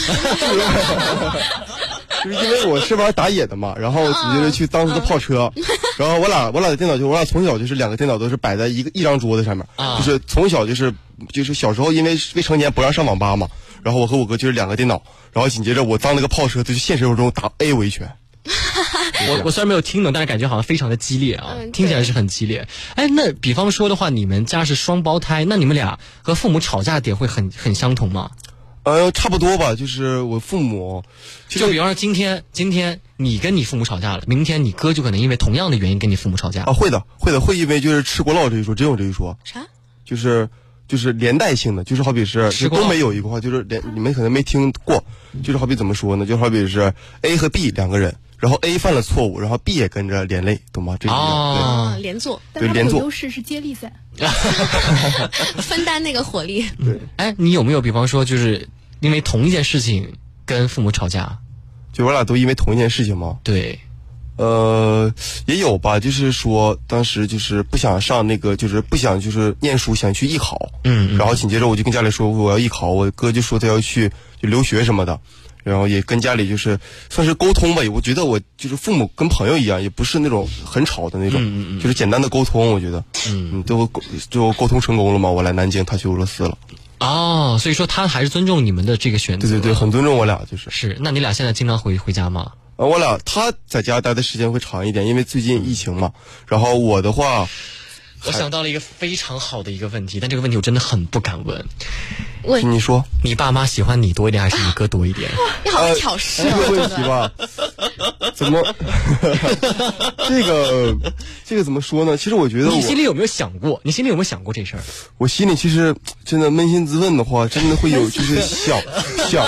[SPEAKER 3] 是因为我是玩打野的嘛，然后直接就去当时的炮车， <laughs> 然后我俩我俩的电脑就我俩从小就是两个电脑都是摆在一个一张桌子上面，
[SPEAKER 1] 啊
[SPEAKER 3] 就是从小就是就是小时候因为未成年不让上网吧嘛，然后我和我哥就是两个电脑，然后紧接着我当了个炮车，他就现实生活中打 A 我一拳。
[SPEAKER 1] 我我虽然没有听懂，但是感觉好像非常的激烈啊，听起来是很激烈。哎，那比方说的话，你们家是双胞胎，那你们俩和父母吵架点会很很相同吗？
[SPEAKER 3] 呃，差不多吧，就是我父母，
[SPEAKER 1] 就比方说今天今天你跟你父母吵架了，明天你哥就可能因为同样的原因跟你父母吵架
[SPEAKER 3] 啊，会的，会的，会因为就是吃锅烙这一说，真有这一说。
[SPEAKER 2] 啥？
[SPEAKER 3] 就是就是连带性的，就是好比是
[SPEAKER 1] 吃
[SPEAKER 3] 就
[SPEAKER 1] 锅烙
[SPEAKER 3] 东北有一个话，就是连你们可能没听过，就是好比怎么说呢？就好比是 A 和 B 两个人，然后 A 犯了错误，然后 B 也跟着连累，懂吗？这个
[SPEAKER 5] 啊
[SPEAKER 2] 嗯，连坐，
[SPEAKER 5] 但他们
[SPEAKER 3] 连
[SPEAKER 5] 有
[SPEAKER 3] 坐
[SPEAKER 5] 优势是接
[SPEAKER 2] <laughs>
[SPEAKER 5] 力赛，
[SPEAKER 2] 分担那个火力。
[SPEAKER 1] 对，哎，你有没有比方说就是因为同一件事情跟父母吵架？
[SPEAKER 3] 就我俩都因为同一件事情吗？
[SPEAKER 1] 对。
[SPEAKER 3] 呃，也有吧，就是说当时就是不想上那个，就是不想就是念书，想去艺考。
[SPEAKER 1] 嗯嗯
[SPEAKER 3] 然后紧接着我就跟家里说我要艺考，我哥就说他要去就留学什么的，然后也跟家里就是算是沟通吧。我觉得我就是父母跟朋友一样，也不是那种很吵的那种，
[SPEAKER 1] 嗯嗯嗯
[SPEAKER 3] 就是简单的沟通。我觉得，嗯，最后沟就沟通成功了嘛，我来南京，他去俄罗斯了。
[SPEAKER 1] 哦，所以说他还是尊重你们的这个选择。
[SPEAKER 3] 对对对，很尊重我俩，就是。
[SPEAKER 1] 是，那你俩现在经常回回家吗？
[SPEAKER 3] 呃，我俩他在家待的时间会长一点，因为最近疫情嘛。然后我的话，
[SPEAKER 1] 我想到了一个非常好的一个问题，但这个问题我真的很不敢问。
[SPEAKER 2] 问
[SPEAKER 3] 你说，
[SPEAKER 1] 你爸妈喜欢你多一点，还是你哥多一点？
[SPEAKER 2] 你好会挑事啊，
[SPEAKER 3] 这个
[SPEAKER 2] 对
[SPEAKER 3] 问
[SPEAKER 2] 不
[SPEAKER 3] 题
[SPEAKER 2] 对？
[SPEAKER 3] 吧，怎么 <laughs> 这个这个怎么说呢？其实我觉得我
[SPEAKER 1] 你心里有没有想过？你心里有没有想过这事儿？
[SPEAKER 3] 我心里其实真的扪心自问的话，真的会有就是想想，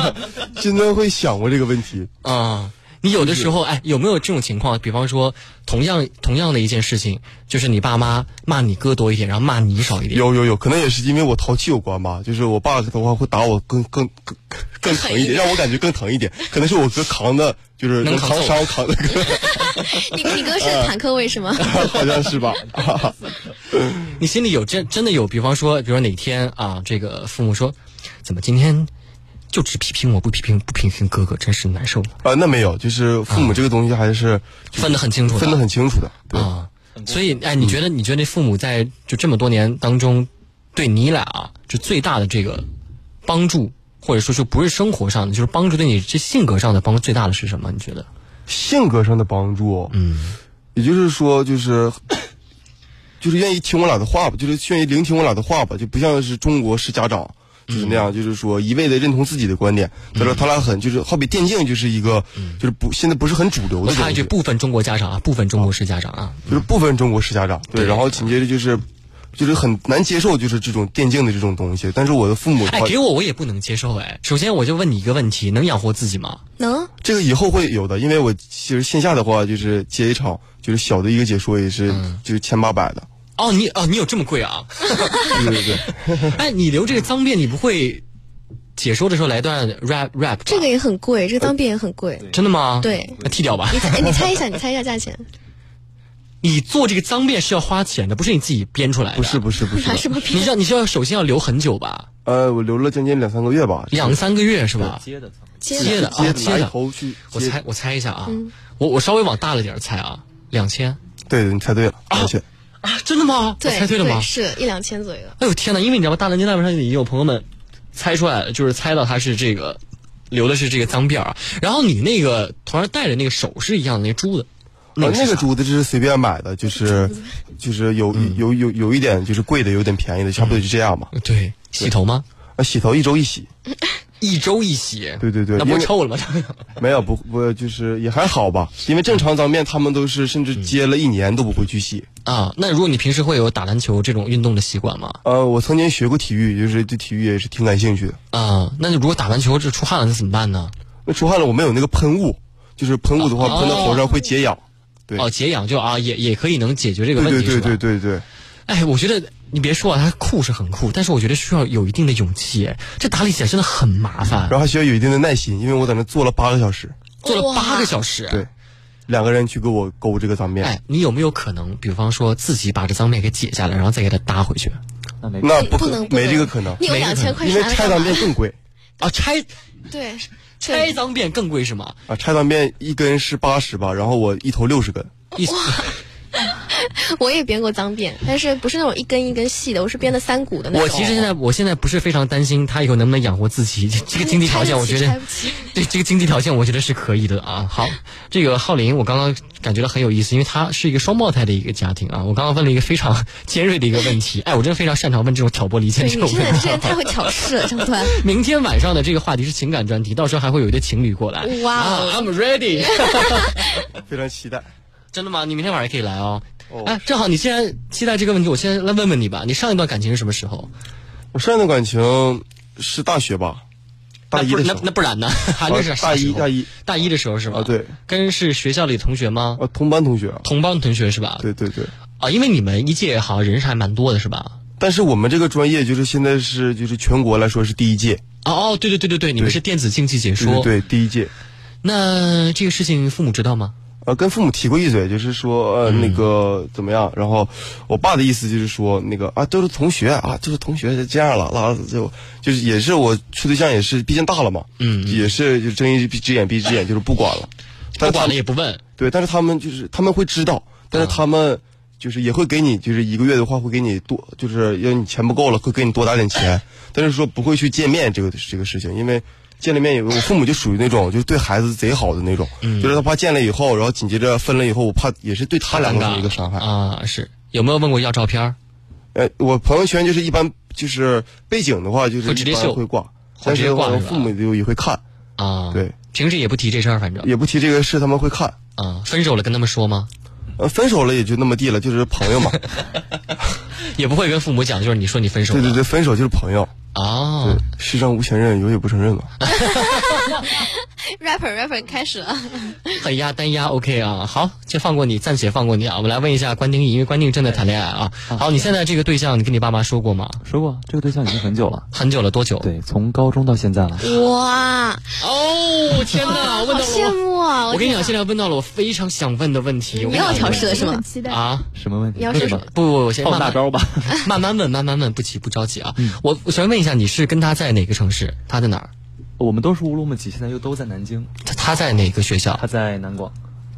[SPEAKER 3] <laughs> 真的会想过这个问题。
[SPEAKER 1] 啊、你有的时候，哎，有没有这种情况？比方说，同样同样的一件事情，就是你爸妈骂你哥多一点，然后骂你少一点。
[SPEAKER 3] 有有有，可能也是因为我淘气有关吧，就是我爸的话会打我更更更更疼一点，让我感觉更疼一点。可能是我哥扛的，就是
[SPEAKER 1] 能扛
[SPEAKER 3] 扛
[SPEAKER 1] 揍
[SPEAKER 3] 伤扛的，
[SPEAKER 2] 你 <laughs> 你哥是坦克卫是吗？
[SPEAKER 3] <laughs> 好像是吧？ <laughs> 啊
[SPEAKER 1] 你心里有真真的有，比方说，比如说哪天啊，这个父母说，怎么今天就只批评我不批评不批评哥哥，真是难受了。
[SPEAKER 3] 啊，那没有，就是父母这个东西还是就是
[SPEAKER 1] 嗯分得很清楚的
[SPEAKER 3] 分得很清楚的。对，
[SPEAKER 1] 啊。所以，哎，你觉得你觉得父母在就这么多年当中，对你俩啊，就最大的这个帮助，或者说就不是生活上的，就是帮助对你这性格上的帮助最大的是什么？你觉得？
[SPEAKER 3] 性格上的帮助，嗯，也就是说，就是就是愿意听我俩的话吧，就是愿意聆听我俩的话吧，就不像是中国式家长。就是那
[SPEAKER 1] 嗯
[SPEAKER 3] 样，就是说一味的认同自己的观点。他说他俩很就是好比电竞就是一个，
[SPEAKER 1] 嗯
[SPEAKER 3] 就是不现在不是很主流
[SPEAKER 1] 我
[SPEAKER 3] 的
[SPEAKER 1] 插
[SPEAKER 3] 东
[SPEAKER 1] 一句，
[SPEAKER 3] 西，
[SPEAKER 1] 部分中国家长啊，部分中国式家长啊，
[SPEAKER 3] 就是部分中国式家长对，
[SPEAKER 1] 对
[SPEAKER 3] 然后紧接着就是就是很难接受就是这种电竞的这种东西。但是我的父母的
[SPEAKER 1] 哎，
[SPEAKER 3] 话，
[SPEAKER 1] 给我我也不能接受哎。首先我就问你一个问题，能养活自己吗？
[SPEAKER 2] 能，
[SPEAKER 3] 这个以后会有的，因为我其实线下的话就是接一场就是小的一个解说也是
[SPEAKER 1] 嗯
[SPEAKER 3] 就是千八百的，
[SPEAKER 1] 哦，你哦，你有这么贵啊？ <laughs>
[SPEAKER 3] 对对对。
[SPEAKER 1] 哎，你留这个脏辫，你不会解说的时候来段 rap rap 吧
[SPEAKER 2] 这个也很贵，这个当兵也很贵。
[SPEAKER 1] 真的吗？
[SPEAKER 2] 对
[SPEAKER 1] 那剃掉吧。
[SPEAKER 2] 你猜，你猜一下，你猜一下价
[SPEAKER 1] <laughs>
[SPEAKER 2] 钱，
[SPEAKER 1] 你做这个脏辫是要花钱的，不是你自己编出来的。
[SPEAKER 3] 不是不是不是
[SPEAKER 2] 拿，什么
[SPEAKER 1] 你
[SPEAKER 2] 骗？
[SPEAKER 1] 知道你知道首先要留很久吧，
[SPEAKER 3] 呃，我留了将近两三个月吧，
[SPEAKER 1] 两三个月是吧？
[SPEAKER 4] 接的咱们
[SPEAKER 2] 接
[SPEAKER 1] 接的
[SPEAKER 3] 接
[SPEAKER 1] 啊，接
[SPEAKER 3] 拿一
[SPEAKER 1] 的。
[SPEAKER 3] 头去接，
[SPEAKER 1] 我猜我猜一下啊，我我稍微往大了点儿猜啊，两千
[SPEAKER 3] 对对，你猜对了，而且
[SPEAKER 1] 啊，真的吗？
[SPEAKER 2] 对
[SPEAKER 1] 我猜对了吗？
[SPEAKER 2] 是一两千左右。
[SPEAKER 1] 哎呦天哪！因为你知道吗？大南京那边上也有朋友们猜出来了，就是猜到他是这个留的是这个脏辫儿啊。然后你那个头上戴着那个首饰一样的那个哦珠子，
[SPEAKER 3] 呃
[SPEAKER 1] 是
[SPEAKER 3] 那个
[SPEAKER 1] 啥嗯
[SPEAKER 3] 珠子这是随便买的，就是就是有有有有一点就是贵的，有点便宜的，差不多就这样吧。
[SPEAKER 1] 对洗头吗？
[SPEAKER 3] 啊，洗头一周一洗，
[SPEAKER 1] 一周一洗，
[SPEAKER 3] 对对对
[SPEAKER 1] 那
[SPEAKER 3] 因
[SPEAKER 1] 不会
[SPEAKER 3] 为
[SPEAKER 1] 臭了吗？
[SPEAKER 3] 没有不不就是也还好吧，因为正常咱面他们都是
[SPEAKER 1] 嗯
[SPEAKER 3] 甚至接了一年都不会去洗。
[SPEAKER 1] <laughs> 啊，那如果你平时会有打篮球这种运动的习惯吗？
[SPEAKER 3] 呃，我曾经学过体育，就是对体育也是挺感兴趣的。
[SPEAKER 1] 啊，那你如果打完球这出汗了，那怎么办呢？
[SPEAKER 3] 那出汗了，我们有那个喷雾，就是喷雾的话，
[SPEAKER 1] 哦
[SPEAKER 3] 喷到头上会解痒。对
[SPEAKER 1] 哦，解痒就啊，也也可以能解决这个
[SPEAKER 3] 对
[SPEAKER 1] 问
[SPEAKER 3] 对对对
[SPEAKER 1] 题，是吧？
[SPEAKER 3] 对对。
[SPEAKER 1] 哎，我觉得你别说啊，它酷是很酷，但是我觉得需要有一定的勇气，哎这打理起来真的很麻烦
[SPEAKER 3] 嗯然，后还需要有一定的耐心，因为我在那坐了八个小时，
[SPEAKER 1] 做了
[SPEAKER 2] 哇
[SPEAKER 1] 八个小时。
[SPEAKER 3] 对，两个人去给我勾这个脏辫。
[SPEAKER 1] 哎，你有没有可能，比方说自己把这脏辫给解下来，然后再给它搭回去？
[SPEAKER 4] 那没
[SPEAKER 3] 那不
[SPEAKER 2] 不
[SPEAKER 3] 可
[SPEAKER 2] 能不
[SPEAKER 3] 没
[SPEAKER 2] 能
[SPEAKER 3] 这个可能，
[SPEAKER 2] 你有
[SPEAKER 1] 没
[SPEAKER 2] 两千块
[SPEAKER 3] 因
[SPEAKER 2] 是
[SPEAKER 3] 为
[SPEAKER 2] 拿来
[SPEAKER 3] 拆
[SPEAKER 2] 干
[SPEAKER 3] 脏
[SPEAKER 2] 嘛？
[SPEAKER 3] 辫更贵
[SPEAKER 1] 啊，拆
[SPEAKER 2] 对，
[SPEAKER 1] 拆脏辫更贵是吗？
[SPEAKER 3] 啊，拆脏辫一根是八十吧，然后我一头六十根，
[SPEAKER 2] 我也编过脏辫，但是不是那种一根一根细的，我是编的三股的那种。
[SPEAKER 1] 我其实现在我现在不是非常担心他以后能不能养活自己，这这个经济条件我觉
[SPEAKER 2] 拆
[SPEAKER 1] 得
[SPEAKER 2] 不起，
[SPEAKER 1] 对这个经济条件我觉得是可以的啊。好，这个浩林我刚刚感觉到很有意思，因为他是一个双胞胎的一个家庭啊。我刚刚问了一个非常 <laughs> 尖锐的一个问题，哎，我真的非常擅长问这种挑拨离间
[SPEAKER 2] 对
[SPEAKER 1] 这种
[SPEAKER 2] 你
[SPEAKER 1] <laughs>
[SPEAKER 2] 真的
[SPEAKER 1] 问
[SPEAKER 2] 这人
[SPEAKER 1] 题。
[SPEAKER 2] 太会 <laughs> 挑事
[SPEAKER 5] <laughs>
[SPEAKER 2] 了，张端。
[SPEAKER 1] 明天晚上的这个话题是情感专题，到时候还会有一对情侣过来。
[SPEAKER 2] 哇哦
[SPEAKER 1] 啊，I'm ready， <laughs>
[SPEAKER 3] 非常期待。
[SPEAKER 1] 真的吗？你明天晚上也可以来哦。哎，正好你既然期待这个问题，我先来问问你吧。你上一段感情是什么时候？
[SPEAKER 3] 我上一段感情是大学吧，大一
[SPEAKER 1] 那不
[SPEAKER 3] 的时
[SPEAKER 1] 那
[SPEAKER 3] 候。
[SPEAKER 1] 那不然呢？还那是啥
[SPEAKER 3] 大一
[SPEAKER 1] 时候
[SPEAKER 3] 大一
[SPEAKER 1] 大一的时候是吧？
[SPEAKER 3] 啊对，
[SPEAKER 1] 跟是学校里同学吗？
[SPEAKER 3] 呃，同班同学。
[SPEAKER 1] 同班同学是吧？
[SPEAKER 3] 对对对。
[SPEAKER 1] 啊，因为你们一届好像人是还蛮多的是吧？
[SPEAKER 3] 但是我们这个专业就是现在是就是全国来说是第一届，
[SPEAKER 1] 哦哦，对对对对对，你们是电子竞技解
[SPEAKER 3] 对
[SPEAKER 1] 说。
[SPEAKER 3] 对对第一届。
[SPEAKER 1] 那这个事情父母知道吗？
[SPEAKER 3] 呃，跟父母提过一嘴，就是说呃、
[SPEAKER 1] 嗯
[SPEAKER 3] 那个怎么样？然后我爸的意思就是说那个啊都是同学啊，就是同学就这样了，拉就就是也是我处对象也是，毕竟大了嘛，
[SPEAKER 1] 嗯嗯
[SPEAKER 3] 也是就睁一只眼闭一只眼，就是不管了，但是
[SPEAKER 1] 不
[SPEAKER 3] 他
[SPEAKER 1] 管
[SPEAKER 3] 们
[SPEAKER 1] 了也不问。
[SPEAKER 3] 对，但是他们就是他们会知道，但
[SPEAKER 1] 嗯
[SPEAKER 3] 是他们就是也会给你，就是一个月的话会给你多，就是要你钱不够了会给你多打点
[SPEAKER 1] <laughs>
[SPEAKER 3] 钱，但是说不会去见面这个这个事情，因为见了面以后，我父母就属于那种就是对孩子贼好的那种，
[SPEAKER 1] 嗯
[SPEAKER 3] 就是他怕见了以后，然后紧接着分了以后，我怕也是对他两个
[SPEAKER 1] 尴
[SPEAKER 3] 人
[SPEAKER 1] 尬
[SPEAKER 3] 一个伤害
[SPEAKER 1] 啊。是有没有问过要照片儿？
[SPEAKER 3] 呃，我朋友圈就是一般就是背景的话就是
[SPEAKER 1] 会直接
[SPEAKER 3] 一般
[SPEAKER 1] 秀
[SPEAKER 3] 会挂，
[SPEAKER 1] 会
[SPEAKER 3] 但
[SPEAKER 1] 直
[SPEAKER 3] 是
[SPEAKER 1] 接
[SPEAKER 3] 的话
[SPEAKER 1] 挂是吧
[SPEAKER 3] 父母就也会看，
[SPEAKER 1] 啊，
[SPEAKER 3] 对，
[SPEAKER 1] 平时也不提这事儿，反正
[SPEAKER 3] 也不提这个事，他们会看。
[SPEAKER 1] 啊，分手了跟他们说吗？
[SPEAKER 3] 呃，分手了也就那么地了，就是朋
[SPEAKER 1] <laughs>
[SPEAKER 3] 友嘛。
[SPEAKER 1] 也不会跟父母讲，就是你说你分手了。
[SPEAKER 3] 对对对，分手就是朋友。
[SPEAKER 1] 啊，
[SPEAKER 3] 对，世上无前任，有也不承认嘛。
[SPEAKER 2] rapper rapper 开始了，
[SPEAKER 1] 很压单压 OK 啊，好，就放过你，暂且放过你啊。我们来问一下关定义，因为关定正在谈恋爱啊。好，你现在这个对象，你跟你爸妈说过吗？
[SPEAKER 4] 说过，这个对象已经很久了，
[SPEAKER 1] 很久了，多久？
[SPEAKER 4] 对，从高中到现在了。
[SPEAKER 2] 哇！
[SPEAKER 1] 哦，天哪，问到
[SPEAKER 2] 好羡
[SPEAKER 1] 了
[SPEAKER 2] 慕啊！
[SPEAKER 1] 我。我跟你讲，现在问到了我非常想问的问题。我
[SPEAKER 2] 你
[SPEAKER 1] 跟
[SPEAKER 2] 要
[SPEAKER 1] 讲
[SPEAKER 2] 挑事了是吗？
[SPEAKER 1] 啊？
[SPEAKER 4] 什么问
[SPEAKER 2] 你要是说
[SPEAKER 1] 不不，我先
[SPEAKER 4] 放
[SPEAKER 1] 慢慢
[SPEAKER 4] 大招吧，
[SPEAKER 1] <laughs>
[SPEAKER 4] 嗯
[SPEAKER 1] 慢慢问，慢慢问，不急不着急啊。我我想问一下，你是跟他在哪个城市？他在哪儿？
[SPEAKER 4] 我们都是乌鲁木齐，现在又都在南京。
[SPEAKER 1] 他他在哪个学校？
[SPEAKER 4] 他在南广，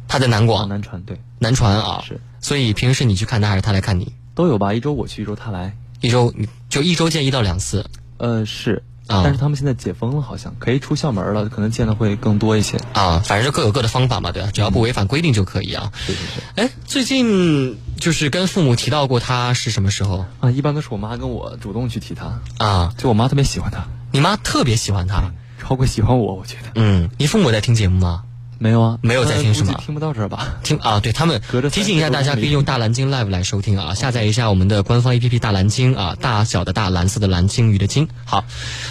[SPEAKER 1] 他在南广
[SPEAKER 4] 南传，对，
[SPEAKER 1] 南传啊。
[SPEAKER 4] 是。
[SPEAKER 1] 所以平时你去看他，还是他来看你？
[SPEAKER 4] 都有吧？一周我去，一周他来。
[SPEAKER 1] 一周你就一周见一到两次。
[SPEAKER 4] 呃，是，
[SPEAKER 1] 啊
[SPEAKER 4] 但是他们现在解封了，好像可以出校门了，可能见的会更多一些。
[SPEAKER 1] 啊，反正就各有各的方法嘛，对吧？只要不违反规定就可以啊。
[SPEAKER 4] 嗯是是是。
[SPEAKER 1] 哎，最近就是跟父母提到过他是什么时候
[SPEAKER 4] 啊，一般都是我妈跟我主动去提他，
[SPEAKER 1] 啊？
[SPEAKER 4] 就我妈特别喜欢他，
[SPEAKER 1] 你妈特别喜欢他，
[SPEAKER 4] 超过喜欢我，我觉得。
[SPEAKER 1] 嗯，你父母在听节目吗？
[SPEAKER 4] 没有啊，
[SPEAKER 1] 没有在
[SPEAKER 4] 呃
[SPEAKER 1] 听是
[SPEAKER 4] 估计
[SPEAKER 1] 吗
[SPEAKER 4] 听不到这儿吧？
[SPEAKER 1] 听啊，对他们
[SPEAKER 4] 隔着
[SPEAKER 1] 提醒一下大家，
[SPEAKER 4] 三十多公
[SPEAKER 1] 可
[SPEAKER 4] 里
[SPEAKER 1] 以用大蓝鲸 Live 来收听啊，下载一下我们的官方 APP 大蓝鲸啊，大小的大蓝色的蓝鲸鱼的鲸。好，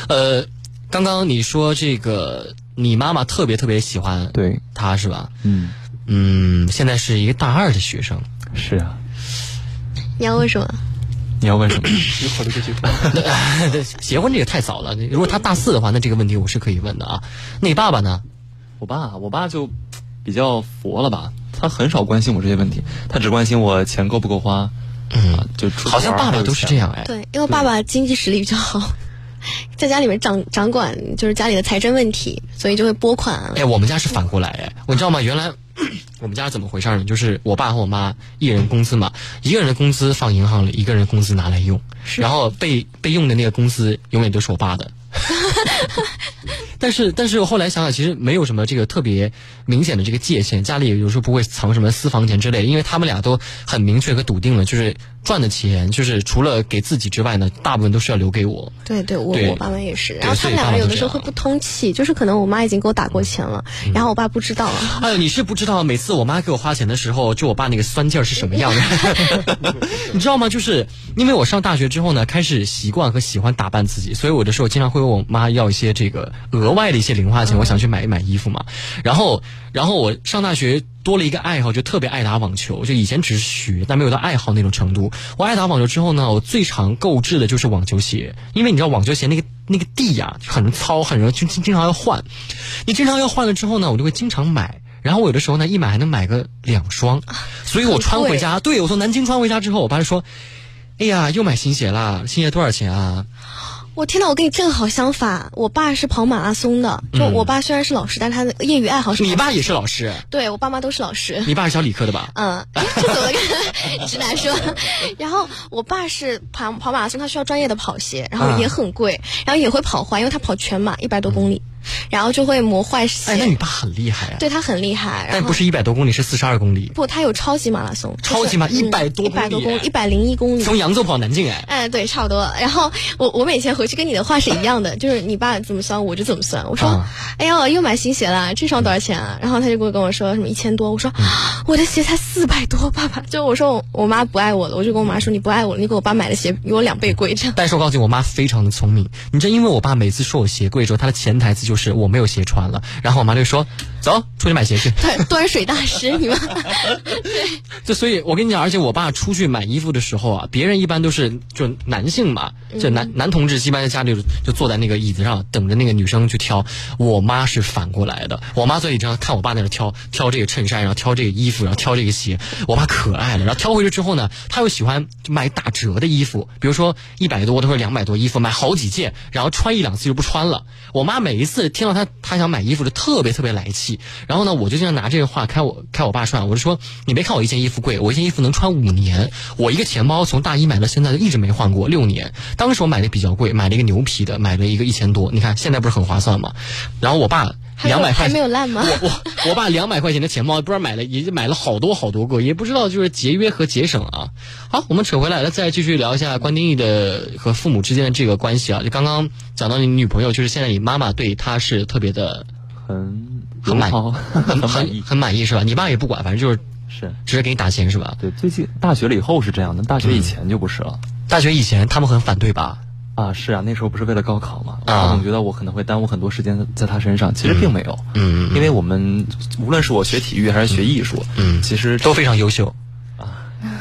[SPEAKER 1] 呃，刚刚你说这个你妈妈特别特别喜欢
[SPEAKER 4] 对，
[SPEAKER 1] 他是吧？
[SPEAKER 4] 嗯，
[SPEAKER 1] 嗯，现在是一个大二的学生， <laughs>
[SPEAKER 4] 是啊。
[SPEAKER 2] 你要问什么？
[SPEAKER 4] 你要问什么？
[SPEAKER 3] 有考虑过结婚？
[SPEAKER 1] 对结婚这个太早了。如果他大四的话，那这个问题我是可以问的啊。那你爸爸呢？
[SPEAKER 4] <coughs> 我爸，我爸就比较佛了吧，他很少关心我这些问题，他只关心我钱够不够花。
[SPEAKER 1] 嗯
[SPEAKER 4] 啊，就出去
[SPEAKER 1] 好像
[SPEAKER 4] 玩儿
[SPEAKER 1] 爸
[SPEAKER 4] 还
[SPEAKER 1] 爸
[SPEAKER 4] 有
[SPEAKER 1] 都是
[SPEAKER 4] 钱
[SPEAKER 1] 这样哎。
[SPEAKER 2] 对，因为爸爸经济实力比较好，在家里面掌掌管就是家里的财政问题，所以就会拨款啊。
[SPEAKER 1] 哎，我们家是反过来哎，我知道吗？原来我们家是怎么回事呢？就是我爸和我妈一人工资嘛，一个人的工资放银行里，一个人的工资拿来用，然后被被用的那个工资永远都是我爸的。但是，但是我后来想想，其实没有什么这个特别明显的这个界限，家里有时候不会藏什么私房钱之类的，因为他们俩都很明确和笃定了，就是赚的钱，就是除了给自己之外呢，大部分都是要留给我。
[SPEAKER 2] 对对，我
[SPEAKER 1] 对
[SPEAKER 2] 我爸妈也是，
[SPEAKER 1] 对
[SPEAKER 2] 然后他
[SPEAKER 1] 所以
[SPEAKER 2] 们两
[SPEAKER 1] 爸
[SPEAKER 2] 个有
[SPEAKER 1] 妈就
[SPEAKER 2] 的
[SPEAKER 1] 这
[SPEAKER 2] 时候
[SPEAKER 1] 样嗯
[SPEAKER 2] 会不通气，就是可能我妈已经给我打过钱了，然后我爸不知道，
[SPEAKER 1] <laughs> 哎呦，你是不知道，每次我妈给我花钱的时候，就我爸那个酸劲儿是什么样的，你知道吗？就是因为我上大学之后呢，开始习惯和喜欢打扮自己，所以我有的时候经常会问我妈要一些这个额外的一些零花钱，我想去买一买衣服嘛。然后，然后我上大学多了一个爱好，就特别爱打网球，就以前只是学，但没有到爱好那种程度。我爱打网球之后呢，我最常购置的就是网球鞋，因为你知道网球鞋那个那个地呀、就很糙，很容易，就经经常要换。你经常要换了之后呢，我就会经常买。然后我有的时候呢，一买还能买个两双，所以我穿回家，对我从南京穿回家之后，我爸就说：“哎呀，又买新鞋啦，新鞋多少钱啊？”
[SPEAKER 2] 我天呐，我跟你正好相反，我爸是跑马拉松的，就
[SPEAKER 1] 嗯
[SPEAKER 2] 我爸虽然是老师，但是他的业余爱好是跑
[SPEAKER 1] 你爸也是老师，
[SPEAKER 2] 对我爸妈都是老师。
[SPEAKER 1] 你爸是教理科的吧？
[SPEAKER 2] 嗯， <laughs> 这怎么跟直男说？然后我爸是跑跑马拉松，他需要专业的跑鞋，然
[SPEAKER 1] 啊
[SPEAKER 2] 后也很贵，然后也会跑坏，因为他跑全马一百多公里，然后就会磨坏鞋。
[SPEAKER 1] 嗯哎，那你爸很厉害啊。
[SPEAKER 2] 对他很厉害，然
[SPEAKER 1] 但
[SPEAKER 2] 后
[SPEAKER 1] 不是一百多公里，是四十二公里，
[SPEAKER 2] 不，他有超级马拉松，
[SPEAKER 1] 超级马
[SPEAKER 2] 一百
[SPEAKER 1] 100多
[SPEAKER 2] 一百多
[SPEAKER 1] 公
[SPEAKER 2] 公
[SPEAKER 1] 里
[SPEAKER 2] 里，一百零一公里，
[SPEAKER 1] 从扬州跑南京哎。
[SPEAKER 2] 哎，对，差不多。然后我我每天回去跟你的话是一样的， <laughs> 就是你爸怎么算我就怎么算。我说，
[SPEAKER 1] 啊
[SPEAKER 2] 哎呦，又买新鞋了，这双多少钱啊？然后他就给我跟我说什么一千多，我说、
[SPEAKER 1] 嗯
[SPEAKER 2] <gasps> 我的鞋才四百多，爸爸。就我说我我妈不爱我了，我就跟我妈说你不爱我了，你给我爸买的鞋比我两倍贵，这样。 <laughs>
[SPEAKER 1] 但是我告诉你，我妈非常的聪明。你知道，因为我爸每次说我鞋贵之后，他的潜台词就是我没有鞋穿了。然后我妈就说：“走，出去买鞋去。
[SPEAKER 2] 端端水大师，
[SPEAKER 1] <laughs>
[SPEAKER 2] 你们
[SPEAKER 1] 就所以，我跟你讲，而且我爸出去买衣服的时候啊，别人一般都是就男性嘛，就男、男同志一般在家里就就坐在那个椅子上等着那个女生去挑。我妈是反过来的，我妈坐在椅子上看我爸在那挑挑这个衬衫，然后挑这个衣服，然后挑这个鞋。我爸可爱了，然后挑回去之后呢，他又喜欢就买打折的衣服，比如说一百多或者两百多衣服买好几件，然后穿一两次就不穿了。我妈每一次听到他他想买衣服就特别特别来气，然后呢，我就经常拿这个话开我开我爸涮，我就说你没看我一件衣服贵，我一件衣服能穿五年，我一个钱包从大一买到现在就一直没换过六年。当时我买的比较贵，买了一个牛皮的，买了一个一千多，你看现在不是很划算吗？然后我爸
[SPEAKER 2] 还没有
[SPEAKER 1] 两百块
[SPEAKER 2] 还没有烂吗？
[SPEAKER 1] 我我我爸两百块钱的钱包，不知道买了也买了好多好多个，也不知道就是节约和节省啊。好，我们扯回来了，再继续聊一下关丁义的和父母之间的这个关系啊。就刚刚讲到你女朋友，就是现在你妈妈对她是特别的
[SPEAKER 4] 很
[SPEAKER 1] 很满
[SPEAKER 4] 友好
[SPEAKER 1] <laughs> 很很很满意是吧？你爸也不管，反正就是
[SPEAKER 4] 是
[SPEAKER 1] 只是给你打钱是吧？
[SPEAKER 4] 对，最近大学了以后是这样的，
[SPEAKER 1] 嗯
[SPEAKER 4] 大学以前就不是了。
[SPEAKER 1] 大学以前他们很反对吧？
[SPEAKER 4] 啊，是啊，那时候不是为了高考嘛，我总觉得我可能会耽误很多时间在他身上，其实并没有，
[SPEAKER 1] 啊嗯，
[SPEAKER 4] 因为我们无论是我学体育还是学艺术，嗯，其实
[SPEAKER 1] 都非常优秀，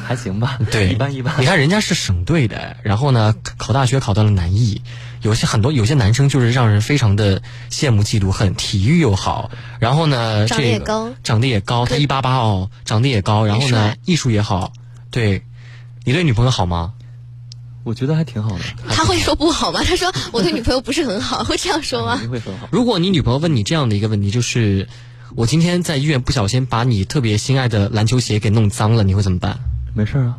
[SPEAKER 4] 还行吧，
[SPEAKER 1] 对，
[SPEAKER 4] 一般一般。
[SPEAKER 1] 你看人家是省队的，然后呢，考大学考到了南艺，有些很多有些男生就是让人非常的羡慕嫉妒恨，体育又好，然后呢，
[SPEAKER 2] 长得也
[SPEAKER 1] 这个
[SPEAKER 2] 高
[SPEAKER 1] 长得也高，他一八八哦，长得也高，然后呢
[SPEAKER 2] 帅，
[SPEAKER 1] 艺术也好，对，你对女朋友好吗？
[SPEAKER 4] 我觉得还挺好的，
[SPEAKER 2] 他会说不好吗？他说我对女朋友不是很好， <laughs> 会这样说吗？
[SPEAKER 4] 会很好。
[SPEAKER 1] 如果你女朋友问你这样的一个问题，就是我今天在医院不小心把你特别心爱的篮球鞋给弄脏了，你会怎么办？
[SPEAKER 4] 没事啊。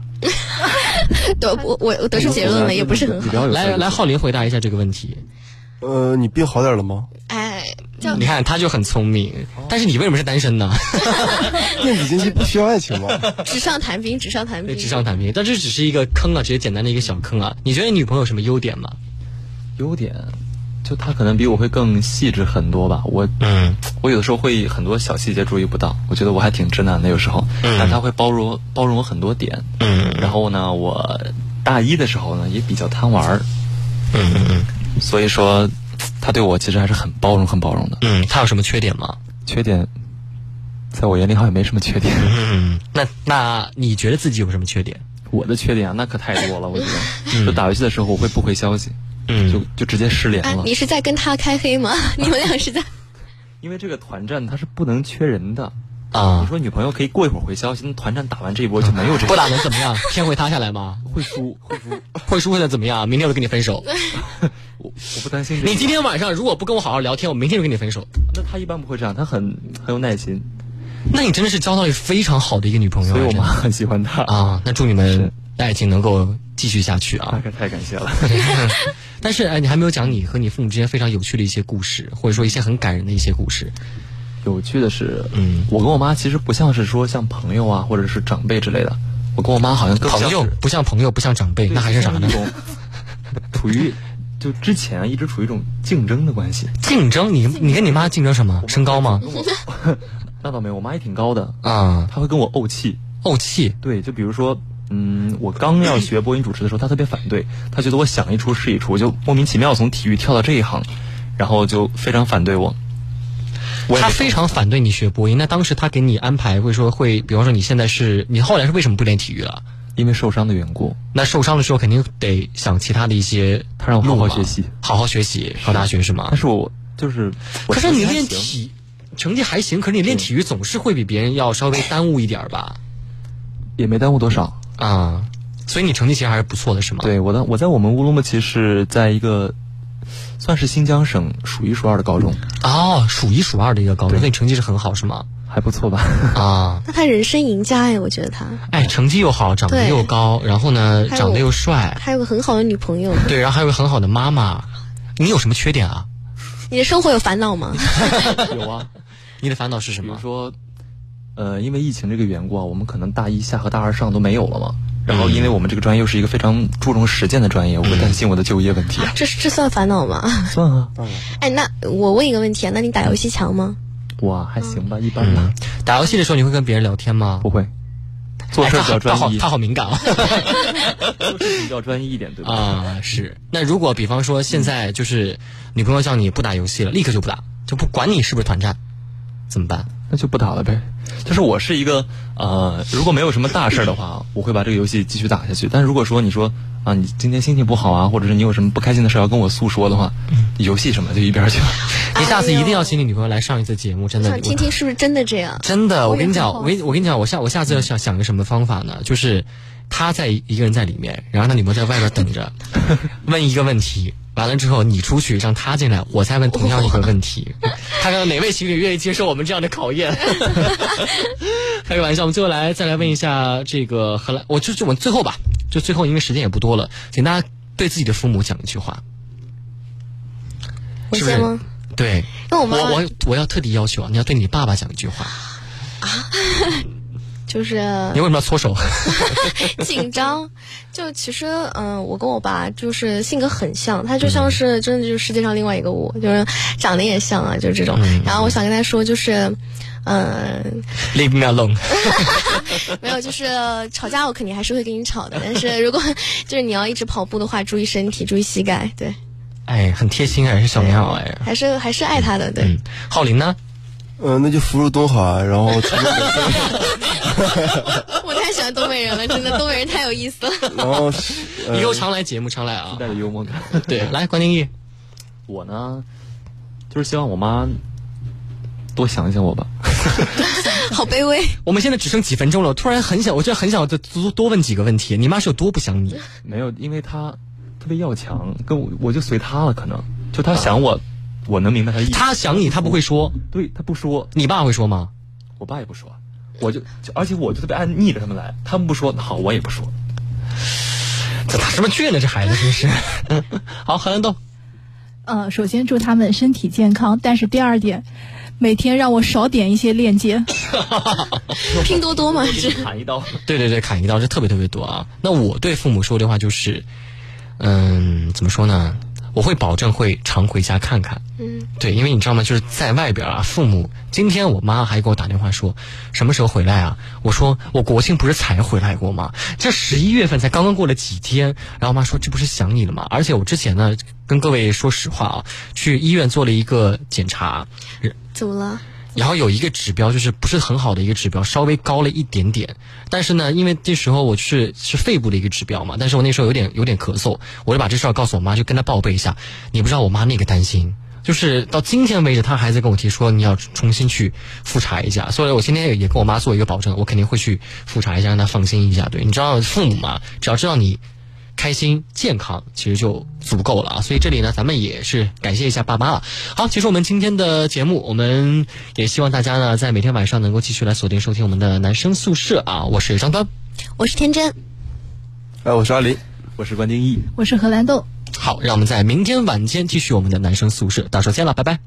[SPEAKER 2] 对，我我我得出结论了，也不是很好。
[SPEAKER 1] 来来，浩林回答一下这个问题。
[SPEAKER 3] 呃，你病好点了吗？
[SPEAKER 2] 哎，就
[SPEAKER 1] 你看他就很聪明，
[SPEAKER 4] 哦
[SPEAKER 1] 但是你为什么是单身呢？
[SPEAKER 3] 电子竞技不需要爱情吗？
[SPEAKER 2] 纸上谈兵，纸上谈
[SPEAKER 1] 对，
[SPEAKER 2] 兵，
[SPEAKER 1] 纸上谈兵，但这只是一个坑啊，只是简单的一个小坑啊。你觉得你女朋友有什么优点吗？
[SPEAKER 4] 优点，就他可能比我会更细致很多吧。我，
[SPEAKER 1] 嗯，
[SPEAKER 4] 我有的时候会很多小细节注意不到，我觉得我还挺直男的有时候，
[SPEAKER 1] 嗯
[SPEAKER 4] 但他会包容包容我很多点。
[SPEAKER 1] 嗯，
[SPEAKER 4] 然后呢，我大一的时候呢也比较贪玩儿，
[SPEAKER 1] 嗯嗯嗯，
[SPEAKER 4] 所以说他对我其实还是很包容、很包容的。
[SPEAKER 1] 嗯，他有什么缺点吗？
[SPEAKER 4] 缺点，在我眼里好像没什么缺点。
[SPEAKER 1] 嗯，那那你觉得自己有什么缺点？
[SPEAKER 4] 我的缺点啊，那可太多了，我觉
[SPEAKER 1] 嗯
[SPEAKER 4] 得，就打游戏的时候我会不回消息，嗯，就就直接失联
[SPEAKER 2] 哎
[SPEAKER 4] 了，。
[SPEAKER 2] 你是在跟他开黑吗？ <laughs> 你们俩是在？
[SPEAKER 4] 因为这个团战它是不能缺人的
[SPEAKER 1] 啊。
[SPEAKER 4] 你说女朋友可以过一会儿回消息，那团战打完这一波就没有这个。
[SPEAKER 1] 不打能怎么样？天会塌下来吗？
[SPEAKER 4] <laughs> 会输，会输，
[SPEAKER 1] 会输会再怎么样？明天我就跟你分手。
[SPEAKER 4] 我不担心这个。
[SPEAKER 1] 你今天晚上如果不跟我好好聊天，我明天就跟你分手。
[SPEAKER 4] 那他一般不会这样，他很很有耐心，
[SPEAKER 1] 那你真的是交到一个非常好的一个女朋友啊，
[SPEAKER 4] 所以我妈
[SPEAKER 1] 真的
[SPEAKER 4] 很喜欢他。
[SPEAKER 1] 啊。那祝你们的爱情能够继续下去啊
[SPEAKER 4] 那！可太感谢 <laughs> 了。
[SPEAKER 1] 但是哎，你还没有讲你和你父母之间非常有趣的一些故事，或者说一些很感人的一些故事。
[SPEAKER 4] 有趣的是，
[SPEAKER 1] 嗯，
[SPEAKER 4] 我跟我妈其实不像是说像朋友啊，或者是长辈之类的。我跟我妈好像更像是
[SPEAKER 1] 朋友不像朋友，不像长辈，那还是啥呢
[SPEAKER 4] 一？ <laughs> 种处于就之前啊一直处于一种竞争的关 <laughs> 系。
[SPEAKER 1] 竞争，你你跟你妈竞争什么？身高吗？
[SPEAKER 4] 那倒没有，我妈也挺高的，
[SPEAKER 1] 啊，
[SPEAKER 4] 她会跟我怄气。
[SPEAKER 1] 怄气。
[SPEAKER 4] 对，就比如说，嗯，我刚要学播音主持的时候，她特别反对，她觉得我想一出是一出，就莫名其妙从体育跳到这一行，然后就非常反对我。我也
[SPEAKER 1] 他
[SPEAKER 4] 没
[SPEAKER 1] 非常反对你学播音，那当时他给你安排会说会，比方说你现在是你后来是为什么不练体育了？
[SPEAKER 4] 因为受伤的缘故，
[SPEAKER 1] 那受伤的时候肯定得想其他的一些
[SPEAKER 4] 她让我好
[SPEAKER 1] 路
[SPEAKER 4] 好
[SPEAKER 1] 嘛
[SPEAKER 4] 学习，
[SPEAKER 1] 好好学习，考大学是吗
[SPEAKER 4] 但？是我就是，我
[SPEAKER 1] 啊可是你
[SPEAKER 4] 成绩还
[SPEAKER 1] 练
[SPEAKER 4] 行
[SPEAKER 1] 体成绩还行，可是你练体育总是会比别人要稍微耽误一点儿吧？
[SPEAKER 4] 也没耽误多
[SPEAKER 1] 啊
[SPEAKER 4] 少。
[SPEAKER 1] 啊，所以你成绩其实还是不错的，是吗？
[SPEAKER 4] 对，我的我在我们乌鲁木齐是在一个算是新疆省数一数二的高中。
[SPEAKER 1] 哦，数一数二的一个高中，那你成绩是很好是吗？
[SPEAKER 4] 还不错吧？
[SPEAKER 1] 啊，
[SPEAKER 2] 那他人生赢家哎，我觉得他
[SPEAKER 1] 哎，成绩又好，长得
[SPEAKER 2] 对
[SPEAKER 1] 又高，然后呢，
[SPEAKER 2] 还有
[SPEAKER 1] 长得又帅，
[SPEAKER 2] 还有个很好的女朋友。
[SPEAKER 1] 对，然后还有个很好的妈妈。你有什么缺点啊？
[SPEAKER 2] 你的生活有烦恼 <laughs> 吗？
[SPEAKER 4] 有啊，
[SPEAKER 1] 你的烦恼是什么？
[SPEAKER 4] 比如说，呃，因为疫情这个缘故啊，我们可能大一下和大二上都没有了嘛。然后，因为我们这个专业又是一个非常注重实践的专业，我会担心我的就业问题。啊
[SPEAKER 2] 这这算烦恼吗？
[SPEAKER 4] <laughs>
[SPEAKER 2] <laughs>
[SPEAKER 4] 算啊，
[SPEAKER 2] 哎，那我问一个问题啊，那你打游戏强吗？
[SPEAKER 4] 我还行吧，一般吧。
[SPEAKER 1] 打游戏的时候你会跟别人聊天吗？
[SPEAKER 4] 不会，做事
[SPEAKER 1] 哎
[SPEAKER 4] 比较
[SPEAKER 1] 他好
[SPEAKER 4] 专一
[SPEAKER 1] 他好他好敏感啊。
[SPEAKER 4] 做事比较专一一点，对吧？
[SPEAKER 1] 啊，是。那如果比方说现在就是女朋友叫你不打游戏了，立刻就不打，就不管你是不是团战，怎么办？
[SPEAKER 4] <laughs> 那就不打了呗。就是我是一个呃，如果没有什么大事儿的话，我会把这个游戏继续打下去。但如果说你说啊，你今天心情不好啊，或者是你有什么不开心的事儿要跟我诉说的话，游戏什么就一边儿去吧。
[SPEAKER 1] 你下次一定要请你女朋友来上一次节目，真的。
[SPEAKER 2] 想听听是不是真的这样？
[SPEAKER 1] 真的，我跟你讲，
[SPEAKER 2] 我
[SPEAKER 1] 我
[SPEAKER 2] 也
[SPEAKER 1] 跟我跟你讲，我下我下次要想想个什么方法呢？就是他在一个人在里面，然后他女朋友在外边等 <laughs> 着，问一个问题，完了之后你出去让他进来，我再问同样一个问 <laughs> 题，看看哪位情侣愿意接受我们这样的考验。 <laughs> 开个玩笑，我们最后来再来问一下这个荷兰，我就就我们最后吧，就最后因为时间也不多了，请大家对自己的父母讲一句话，
[SPEAKER 2] 我
[SPEAKER 1] 是不是
[SPEAKER 2] 先吗？？
[SPEAKER 1] 对，
[SPEAKER 2] 那我妈
[SPEAKER 1] 我我我要特地要求啊，你要对你爸爸讲一句话，
[SPEAKER 2] 就是
[SPEAKER 1] 你为什么要搓手？ <laughs>
[SPEAKER 2] 紧 <laughs> 张，就其实，嗯、我跟我爸就是性格很像，他就像是真的就是世界上另外一个我，就是长得也像啊，就是这种。然后我想跟他说，就是，嗯、
[SPEAKER 1] Leave me alone。
[SPEAKER 2] 没有，就是 <laughs> 吵架我肯定还是会跟你吵的，但是如果就是你要一直跑步的话，注意身体，注意膝盖，对，
[SPEAKER 1] 哎，很贴心还是小棉袄哎。
[SPEAKER 2] 还是还是爱他的，对。
[SPEAKER 1] 浩林呢？
[SPEAKER 3] 嗯，那就福如东海，然后成都
[SPEAKER 2] 我太喜欢东北人了，真的，东北人太有意思了。
[SPEAKER 3] 然后
[SPEAKER 1] 以后常来节目，常来啊，
[SPEAKER 4] 带着幽默感。
[SPEAKER 1] 对， <laughs> 来关定义，
[SPEAKER 4] 我呢，就是希望我妈多想想我吧。
[SPEAKER 2] 好卑微。
[SPEAKER 1] 我们现在只剩几分钟了，突然很想，我真的很想再多多问几个问题。你妈是有多不想你？
[SPEAKER 4] 没有，因为她特别要强，跟我我就随她了，可能就她想我，我能明白她的意思。
[SPEAKER 1] 她想你，她不会说，
[SPEAKER 4] 对她不说，
[SPEAKER 1] 你爸会说吗？
[SPEAKER 4] 我爸也不说，我就就而且我就特别爱逆着他们来，他们不说，那好，我也不说。
[SPEAKER 1] 这打什么倔呢？这孩子真是。好，韩兰豆，
[SPEAKER 5] 呃，首先祝他们身体健康，但是第二点，每天让我少点一些链接。
[SPEAKER 2] 拼多 <laughs> 多嘛是。
[SPEAKER 4] 砍一刀。
[SPEAKER 1] <laughs> 对对对，砍一刀，这特别特别多啊。那我对父母说的话就是，嗯，怎么说呢？我会保证会常回家看看。
[SPEAKER 2] 嗯，
[SPEAKER 1] 对，因为你知道吗？就是在外边啊，父母今天我妈还给我打电话说，什么时候回来啊？我说我国庆不是才回来过吗？这十一月份才刚刚过了几天，然后我妈说这不是想你了吗？而且我之前呢，跟各位说实话啊，去医院做了一个检查，
[SPEAKER 2] 怎么了？
[SPEAKER 1] 然后有一个指标就是不是很好的一个指标，稍微高了一点点。但是呢，因为这时候我是是肺部的一个指标嘛，但是我那时候有点有点咳嗽，我就把这事儿告诉我妈，就跟她报备一下。你不知道我妈那个担心，就是到今天为止，她还在跟我提说你要重新去复查一下。所以我今天也也跟我妈做一个保证，我肯定会去复查一下，让她放心一下。对，你知道父母嘛，只要知道你开心健康，其实就足够了啊。所以这里呢，咱们也是感谢一下爸妈了。好，结束我们今天的节目，我们也希望大家呢，在每天晚上能够继续来锁定收听我们的男生宿舍啊。我是张端，
[SPEAKER 2] 我是天真，
[SPEAKER 3] 哎，我是阿林，
[SPEAKER 4] 我是关丁一。
[SPEAKER 5] 我是荷兰豆。
[SPEAKER 1] 好，让我们在明天晚间继续我们的男生宿舍，到时候见了，拜拜。